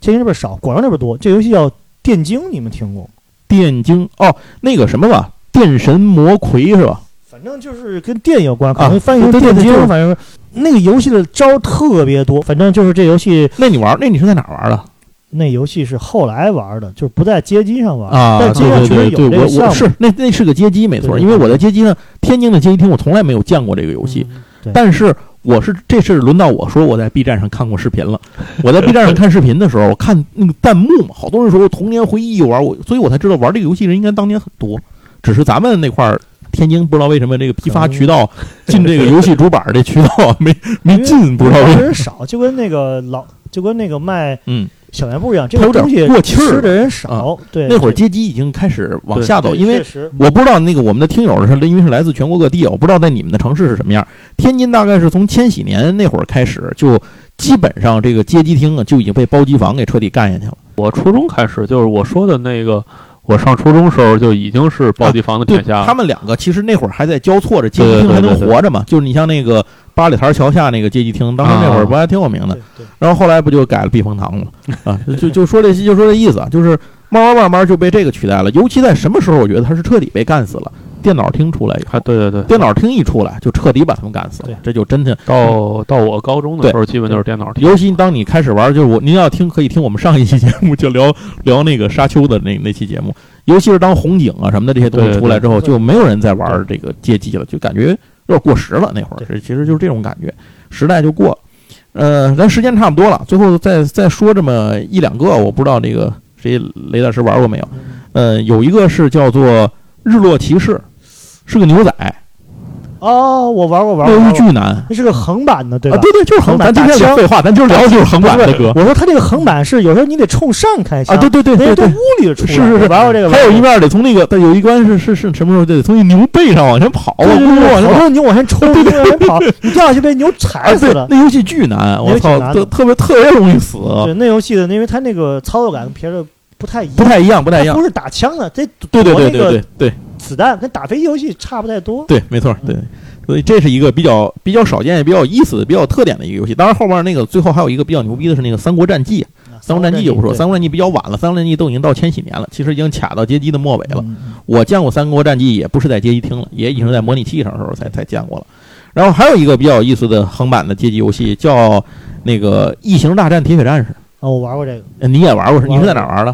Speaker 4: 天津这边少，广州那边多。这游戏叫电竞，你们听过？
Speaker 2: 电竞哦，那个什么吧，电神魔魁是吧？
Speaker 4: 反正就是跟电有关，
Speaker 2: 啊
Speaker 4: 可能翻译成
Speaker 2: 对对
Speaker 4: 电
Speaker 2: 对
Speaker 4: 竞
Speaker 2: 就，是
Speaker 4: 反正那个游戏的招特别多。反正就是这游戏，
Speaker 2: 那你玩，那你是在哪儿玩的？
Speaker 4: 那游戏是后来玩的，就是不在街机上玩
Speaker 2: 啊，
Speaker 4: 但街上
Speaker 2: 对
Speaker 4: 确
Speaker 2: 对
Speaker 4: 实
Speaker 2: 对
Speaker 4: 有这
Speaker 2: 对，
Speaker 4: 个
Speaker 2: 我
Speaker 4: 项
Speaker 2: 我
Speaker 4: 目。
Speaker 2: 是那那是个街机没错，
Speaker 4: 对对
Speaker 2: 因为我在街机上，天津的街机厅我从来没有见过这个游戏，
Speaker 4: 嗯，
Speaker 2: 但是我是这是轮到我说我在 B 站上看过视频 了。我在 B 站上看视频的时候，我看那个弹幕嘛，好多人说童年回忆玩我，所以我才知道玩这个游戏人应该当年很多，只是咱们那块儿。天津不知道为什么这个批发渠 道进这个游戏主板儿这渠道没没进，不知道为
Speaker 4: 玩
Speaker 2: 什
Speaker 4: 的
Speaker 2: 么。
Speaker 4: 人少，就跟那个老，就跟那个卖
Speaker 2: 嗯，
Speaker 4: 小卖部一样，这
Speaker 2: 它
Speaker 4: 个
Speaker 2: 有点
Speaker 4: 东西
Speaker 2: 过气儿
Speaker 4: 吃的人
Speaker 2: 了
Speaker 4: 少。对，
Speaker 2: 那会儿街机已经开始往下走，
Speaker 4: 对
Speaker 2: 因为
Speaker 4: 确实
Speaker 2: 我不知道那个我们的听友是，因为是来自全国各地，我不知道在你们的城市是什么样。天津大概是从千禧年那会儿开始，就基本上这个街机厅啊就已经被包机房给彻底干下去了。
Speaker 3: 我初中开始就是我说的那个，我上初中时候就已经是包机房的
Speaker 2: 对
Speaker 3: 天下，
Speaker 2: 他们两个其实那会儿还在交错着，街机厅还能活着嘛。就是你像那个八里台桥下那个街机厅，当时那会儿不还挺有名的
Speaker 4: 对。对
Speaker 2: 然后后来不就改了避风塘了 啊？就就说这就说这意思啊，就是慢慢慢慢就被这个取代了。尤其在什么时候，我觉得它是彻底被干死了。电脑厅出来以后
Speaker 3: 啊，，对对对，
Speaker 2: 电脑厅一出来就彻底把他们干死
Speaker 4: 对
Speaker 2: 了，这就真的
Speaker 3: 到到我高中的时候，基本就是电脑
Speaker 2: 尤其当你开始玩，就是我，您要听可以听我们上一期节目，就聊 聊那个沙丘的那那期节目。尤其是当红警啊什么的这些东
Speaker 3: 对
Speaker 2: 西
Speaker 3: 对
Speaker 2: 出来之后，
Speaker 4: 对
Speaker 2: 就没有人再玩这个街机了，就感觉有点过时了。那会儿
Speaker 4: 对
Speaker 2: 这其实就是这种感觉，时代就过了。呃，咱时间差不多了，最后再再说这么一两个，我不知道这个谁雷大师玩过没有？
Speaker 4: 嗯
Speaker 2: 呃，有一个是叫做《日落骑士》，是个牛仔，
Speaker 4: 哦，我玩过玩过
Speaker 2: 那
Speaker 4: 玩
Speaker 2: 游
Speaker 4: 过
Speaker 2: 戏，巨难。
Speaker 4: 那是个横版的，对吧
Speaker 2: 啊，？对对，就是横
Speaker 4: 横版
Speaker 2: 版。咱今天
Speaker 4: 大枪
Speaker 2: 聊废话，咱今儿聊的就是横版的歌
Speaker 4: 我说他这个横版是有时候你得冲上开枪，
Speaker 2: 啊，对对对
Speaker 4: 人
Speaker 2: 对
Speaker 4: 家
Speaker 2: 对
Speaker 4: 从。屋里出
Speaker 2: 是
Speaker 4: 来，
Speaker 2: 是是
Speaker 4: 玩过这个，
Speaker 2: 还有一
Speaker 4: 面，
Speaker 2: 面得从那个，但有一关是是是什么时候得从那牛背上往前跑，啊
Speaker 4: 对对
Speaker 2: 往前
Speaker 4: 对，好
Speaker 2: 跑。
Speaker 4: 多牛往前 冲，牛往前跑，你掉下去被牛
Speaker 2: 哎，
Speaker 4: 踩死
Speaker 2: 对
Speaker 4: 了，。
Speaker 2: 那游戏巨难，我
Speaker 4: 游戏
Speaker 2: 操，
Speaker 4: 难
Speaker 2: 特特别特别容易死，
Speaker 4: 对，那游戏的，因为它那个操作感跟别的不太一样，
Speaker 2: 啊不太一样，不太一
Speaker 4: 它
Speaker 2: 样
Speaker 4: 不。是打枪的，这
Speaker 2: 对对
Speaker 4: 躲
Speaker 2: 对
Speaker 4: 那
Speaker 2: 对
Speaker 4: 个
Speaker 2: 对对
Speaker 4: 子弹跟打飞机游戏差不太多。
Speaker 2: 对，没错，对。
Speaker 4: 嗯
Speaker 2: 所以这是一个比较比较少见、也比较有意思的、比较有特点的一个游戏。当然，后面那个最后还有一个比较牛逼的是那个《三国战记》，《
Speaker 4: 啊
Speaker 2: 三国战记》就不说，《
Speaker 4: 对
Speaker 2: 三国战记》比较晚了，《三国战记》都已经到千禧年了，其实已经卡到街机的末尾了。
Speaker 4: 嗯嗯
Speaker 2: 我见过《三国战记》，也不是在街机厅了，也已经是在模拟器上的时候才才见过了。然后还有一个比较有意思的横版的街机游戏，叫那个《异形大战铁血战士
Speaker 4: 啊，我玩过这个，》，
Speaker 2: 呃你也玩过是？
Speaker 4: 玩过
Speaker 2: 你是在哪儿玩的？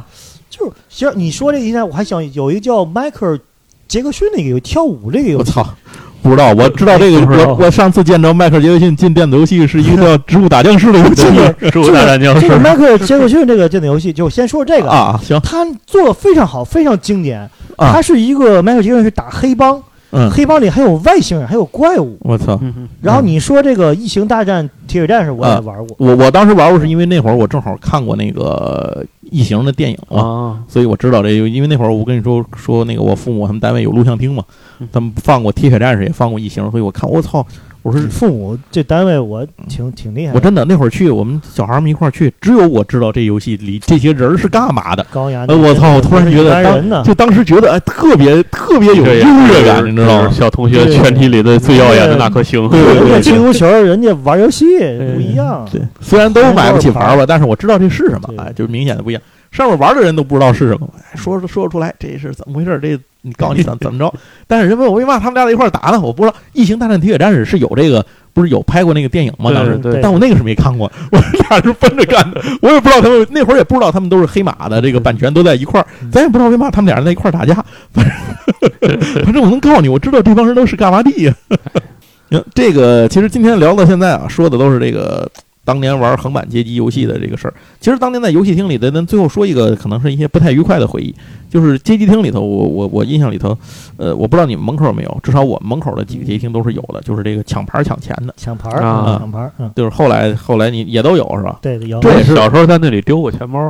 Speaker 4: 就是其实你说这一代，我还想有一个叫迈克尔·杰克逊那个游戏跳舞那个游
Speaker 2: 我
Speaker 4: 戏，
Speaker 2: 操，不知道，我知道这个，
Speaker 3: 不知道
Speaker 2: 我我上次见着迈克尔·杰克逊进电子游戏是一个叫《植物打僵尸》的游戏
Speaker 3: 厅，是大战僵
Speaker 4: 这
Speaker 3: 尸
Speaker 4: 个，迈克尔·杰克逊这个电子游戏，就先说这 个，
Speaker 2: 啊，行，
Speaker 4: 他做的非常好，非常经典。
Speaker 2: 啊
Speaker 4: 他是一个迈克尔·杰克逊是打黑帮，
Speaker 2: 嗯，
Speaker 4: 黑帮里还有外星人，还有怪物。
Speaker 2: 我操，
Speaker 3: 嗯
Speaker 4: 然后你说这个《异形大战铁血战士》，
Speaker 2: 啊
Speaker 4: 我也玩过。
Speaker 2: 我我当时玩过是因为那会儿我正好看过那个《异形》的电影嘛，
Speaker 3: 啊，
Speaker 2: 所以我知道这个，因为那会儿我跟你说说那个我父母他们单位有录像厅嘛
Speaker 3: 嗯，
Speaker 2: 他们放过《铁血战士》，也放过《异形》，所以我看我操，我说
Speaker 4: 父母这单位我挺挺厉害的，
Speaker 2: 我真的那会儿去，我们小孩儿们一块儿去，只有我知道这游戏里这些人儿是干嘛的。
Speaker 4: 高雅。
Speaker 2: 哎，我操！我突然觉得
Speaker 4: 一般人呢
Speaker 2: 当，就当时觉得哎，特别特别有
Speaker 3: 这也
Speaker 2: 优越感，
Speaker 3: 是
Speaker 2: 你知道
Speaker 3: 是
Speaker 2: 吗？
Speaker 3: 小同学
Speaker 4: 对
Speaker 3: 全体里的最耀眼的那颗星，
Speaker 2: 对
Speaker 4: 人
Speaker 2: 对
Speaker 4: 家
Speaker 2: 对
Speaker 4: 踢足球，人家玩游戏不一样。
Speaker 2: 对，虽然都买不起牌儿吧，但是我知道这是什么
Speaker 4: 对，
Speaker 2: 哎，就明显的不一样。上面玩的人都不知道是什么，哎说说出来这是怎么回事儿？这你告诉 你怎怎么着？但是人问我为嘛他们俩在一块儿打呢？我不知道，《异形大战铁血战士》是有这个，不是有拍过那个电影吗？
Speaker 3: 对
Speaker 2: 当时
Speaker 3: 对对
Speaker 2: 但我那个是没看过，我俩是分着干的，我也不知道他们那会儿也不知道他们都是黑马的，这个版权都在一块儿
Speaker 4: 嗯，
Speaker 2: 咱也不知道为嘛他们俩人在一块儿打架，反正 反正我能告诉你，我知道这帮人都是干嘛的呀。行，这个其实今天聊到现在啊，说的都是这个当年玩横版街机游戏的这个事儿。其实当年在游戏厅里的，咱最后说一个，可能是一些不太愉快的回忆。就是街机厅里头，我我我印象里头，呃，我不知道你们门口有没有，至少我们门口的几个街机厅都是有的，就是这个抢牌儿抢钱的，
Speaker 4: 抢牌儿，
Speaker 3: 啊
Speaker 4: 嗯抢牌儿，嗯，
Speaker 2: 就是后来后来你也都有是吧？
Speaker 4: 对，有
Speaker 2: 这也是
Speaker 3: 小时候在那里丢过钱包，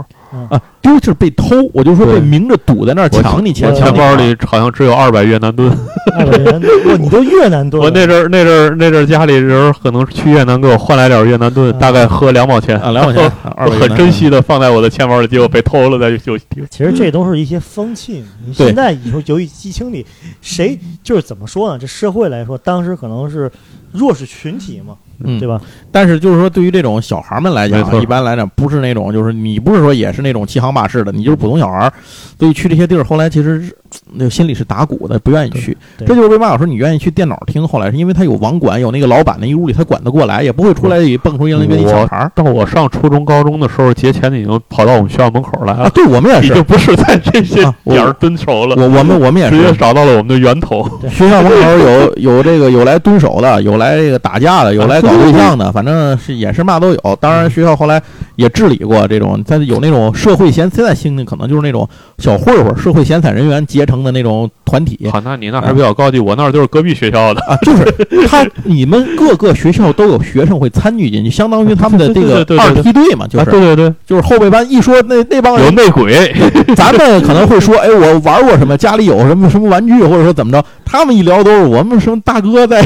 Speaker 2: 丢就是被偷，我就说被
Speaker 3: 对
Speaker 2: 明着堵在那儿
Speaker 3: 我
Speaker 2: 抢你钱，
Speaker 3: 我
Speaker 4: 我
Speaker 2: 抢
Speaker 3: 钱
Speaker 2: 你
Speaker 3: 包
Speaker 2: 钱
Speaker 3: 里好像只有二百越南盾。
Speaker 4: 二百元，哇，你都越南盾了，
Speaker 3: 我那阵儿那阵儿那阵儿家里人可能去越南给我换来点儿越南盾，
Speaker 4: 嗯
Speaker 3: 大概合两毛钱
Speaker 2: 啊，两块钱，二
Speaker 3: 我
Speaker 2: 百元
Speaker 3: 很珍惜的放在我的钱包里，结果被偷了在游戏厅。
Speaker 4: 其实这都是一些风气。你
Speaker 2: 对
Speaker 4: 现在以后由于基清理，谁就是怎么说呢？这社会来说，当时可能是弱势群体嘛，
Speaker 2: 嗯，
Speaker 4: 对吧？
Speaker 2: 但是就是说，对于这种小孩儿们来讲
Speaker 3: 没
Speaker 2: 啊，
Speaker 3: 错
Speaker 2: 一般来讲不是那种，就是你不是说也是那种欺行霸市的，你就是普通小孩儿，所以去这些地儿，后来其实是那个心里是打鼓的，不愿意去。
Speaker 4: 对对
Speaker 2: 这就是为嘛有时候你愿意去电脑厅，后来是因为他有网管，有那个老板那一屋里他管得过来，也不会出来也蹦出一人跟你抢牌儿
Speaker 3: 到我上初中、高中的时候，节前已经跑到我们学校门口来
Speaker 2: 啊。
Speaker 3: 了，
Speaker 2: 对我们也
Speaker 3: 已
Speaker 2: 是
Speaker 3: 经，不是在这些
Speaker 2: 啊我
Speaker 3: 点儿蹲守了，
Speaker 2: 我我们我们也
Speaker 3: 直接
Speaker 2: 是，
Speaker 3: 找到了我们的源头。
Speaker 2: 学校门口有有这个有来蹲守的，有来这个打架的，有来搞对象
Speaker 3: 啊
Speaker 2: 的，反正是也是嘛都有。当然，学校后来也治理过这种，但是有那种社会闲，现在兴的可能就是那种小混混、社会闲散人员结成的那种团体
Speaker 3: 好，那你那还比较高级，我那儿就是隔壁学校的。
Speaker 2: 啊， 就是他你们各个学校都有学生会参与进去，相当于他们的这
Speaker 3: 对对对
Speaker 2: 个
Speaker 3: 对
Speaker 2: 二
Speaker 3: 对
Speaker 2: 梯队嘛，就
Speaker 3: 啊，
Speaker 2: 是
Speaker 3: 对对对，
Speaker 2: 就是后备班一说那那帮人
Speaker 3: 有内鬼，
Speaker 2: 咱们可能会说，哎，我玩过什么，家里有什么什么玩具，或者说怎么着，他们一聊都是我们什么大哥在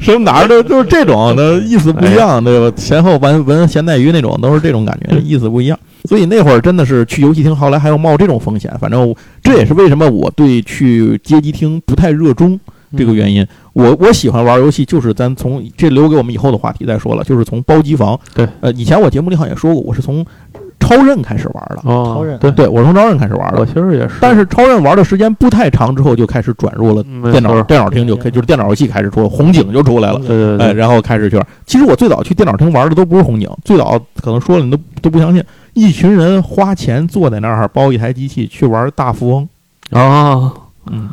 Speaker 2: 什么哪儿的，就是这种的意思不一样，对吧？前后文文咸带鱼那种都是这种感觉，意思不一样。所以那会儿真的是去游戏厅，后来还要冒这种风险，反正我这也是为什么我对去街机厅不太热衷这
Speaker 3: 嗯
Speaker 2: 个原因。我我喜欢玩游戏，就是咱从这留给我们以后的话题再说了，就是从包机房。
Speaker 3: 对，
Speaker 2: 呃，以前我节目里好像也说过，我是从超任开始玩的。
Speaker 4: 超
Speaker 3: 哦
Speaker 4: 人，
Speaker 3: 对，嗯
Speaker 2: 对，我是从超任开始玩
Speaker 3: 我
Speaker 2: 的，
Speaker 3: 其实也是，
Speaker 2: 但是超任玩的时间不太长，之后就开始转入了
Speaker 3: 嗯没
Speaker 2: 电脑
Speaker 3: 错嗯
Speaker 2: 电脑厅，就开就是电脑游戏开始出，红警就出来了
Speaker 3: 对，对
Speaker 2: 哎，
Speaker 3: 对，
Speaker 2: 然后开始去玩。其实我最早去电脑厅玩的都不是红警，最早可能说了你都都不相信，一群人花钱坐在那儿包一台机器去玩大富翁，
Speaker 3: 啊。
Speaker 2: 嗯，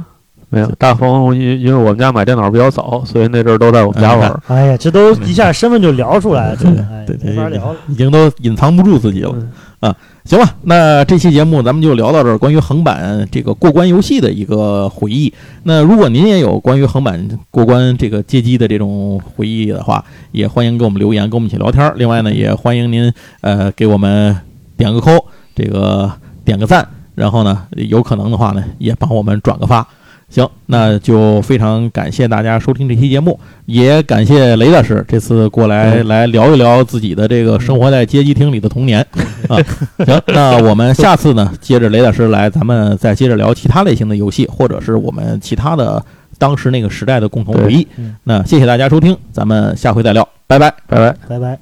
Speaker 3: 没有大风，因因为我们家买电脑比较早，所以那阵儿都在我们家玩儿。
Speaker 4: 哎呀，这都一下身份就聊出来了，这个哎
Speaker 2: 嗯对，对
Speaker 4: 没法聊了。
Speaker 2: 已经都隐藏不住自己了
Speaker 3: 嗯
Speaker 2: 啊。行吧，那这期节目咱们就聊到这儿，关于横版这个过关游戏的一个回忆。那如果您也有关于横版过关这个街机的这种回忆的话，也欢迎给我们留言，跟我们一起聊天儿。另外呢，也欢迎您呃给我们点个扣，这个点个赞，然后呢，有可能的话呢，也帮我们转个发。行，那就非常感谢大家收听这期节目，也感谢雷大师这次过来
Speaker 3: 嗯
Speaker 2: 来聊一聊自己的这个生活在街机厅里的童年啊。行，那我们下次呢，接着雷大师来，咱们再接着聊其他类型的游戏，或者是我们其他的当时那个时代的共同回忆
Speaker 4: 嗯。
Speaker 2: 那谢谢大家收听，咱们下回再聊，拜拜。
Speaker 3: 拜拜。
Speaker 4: 拜拜。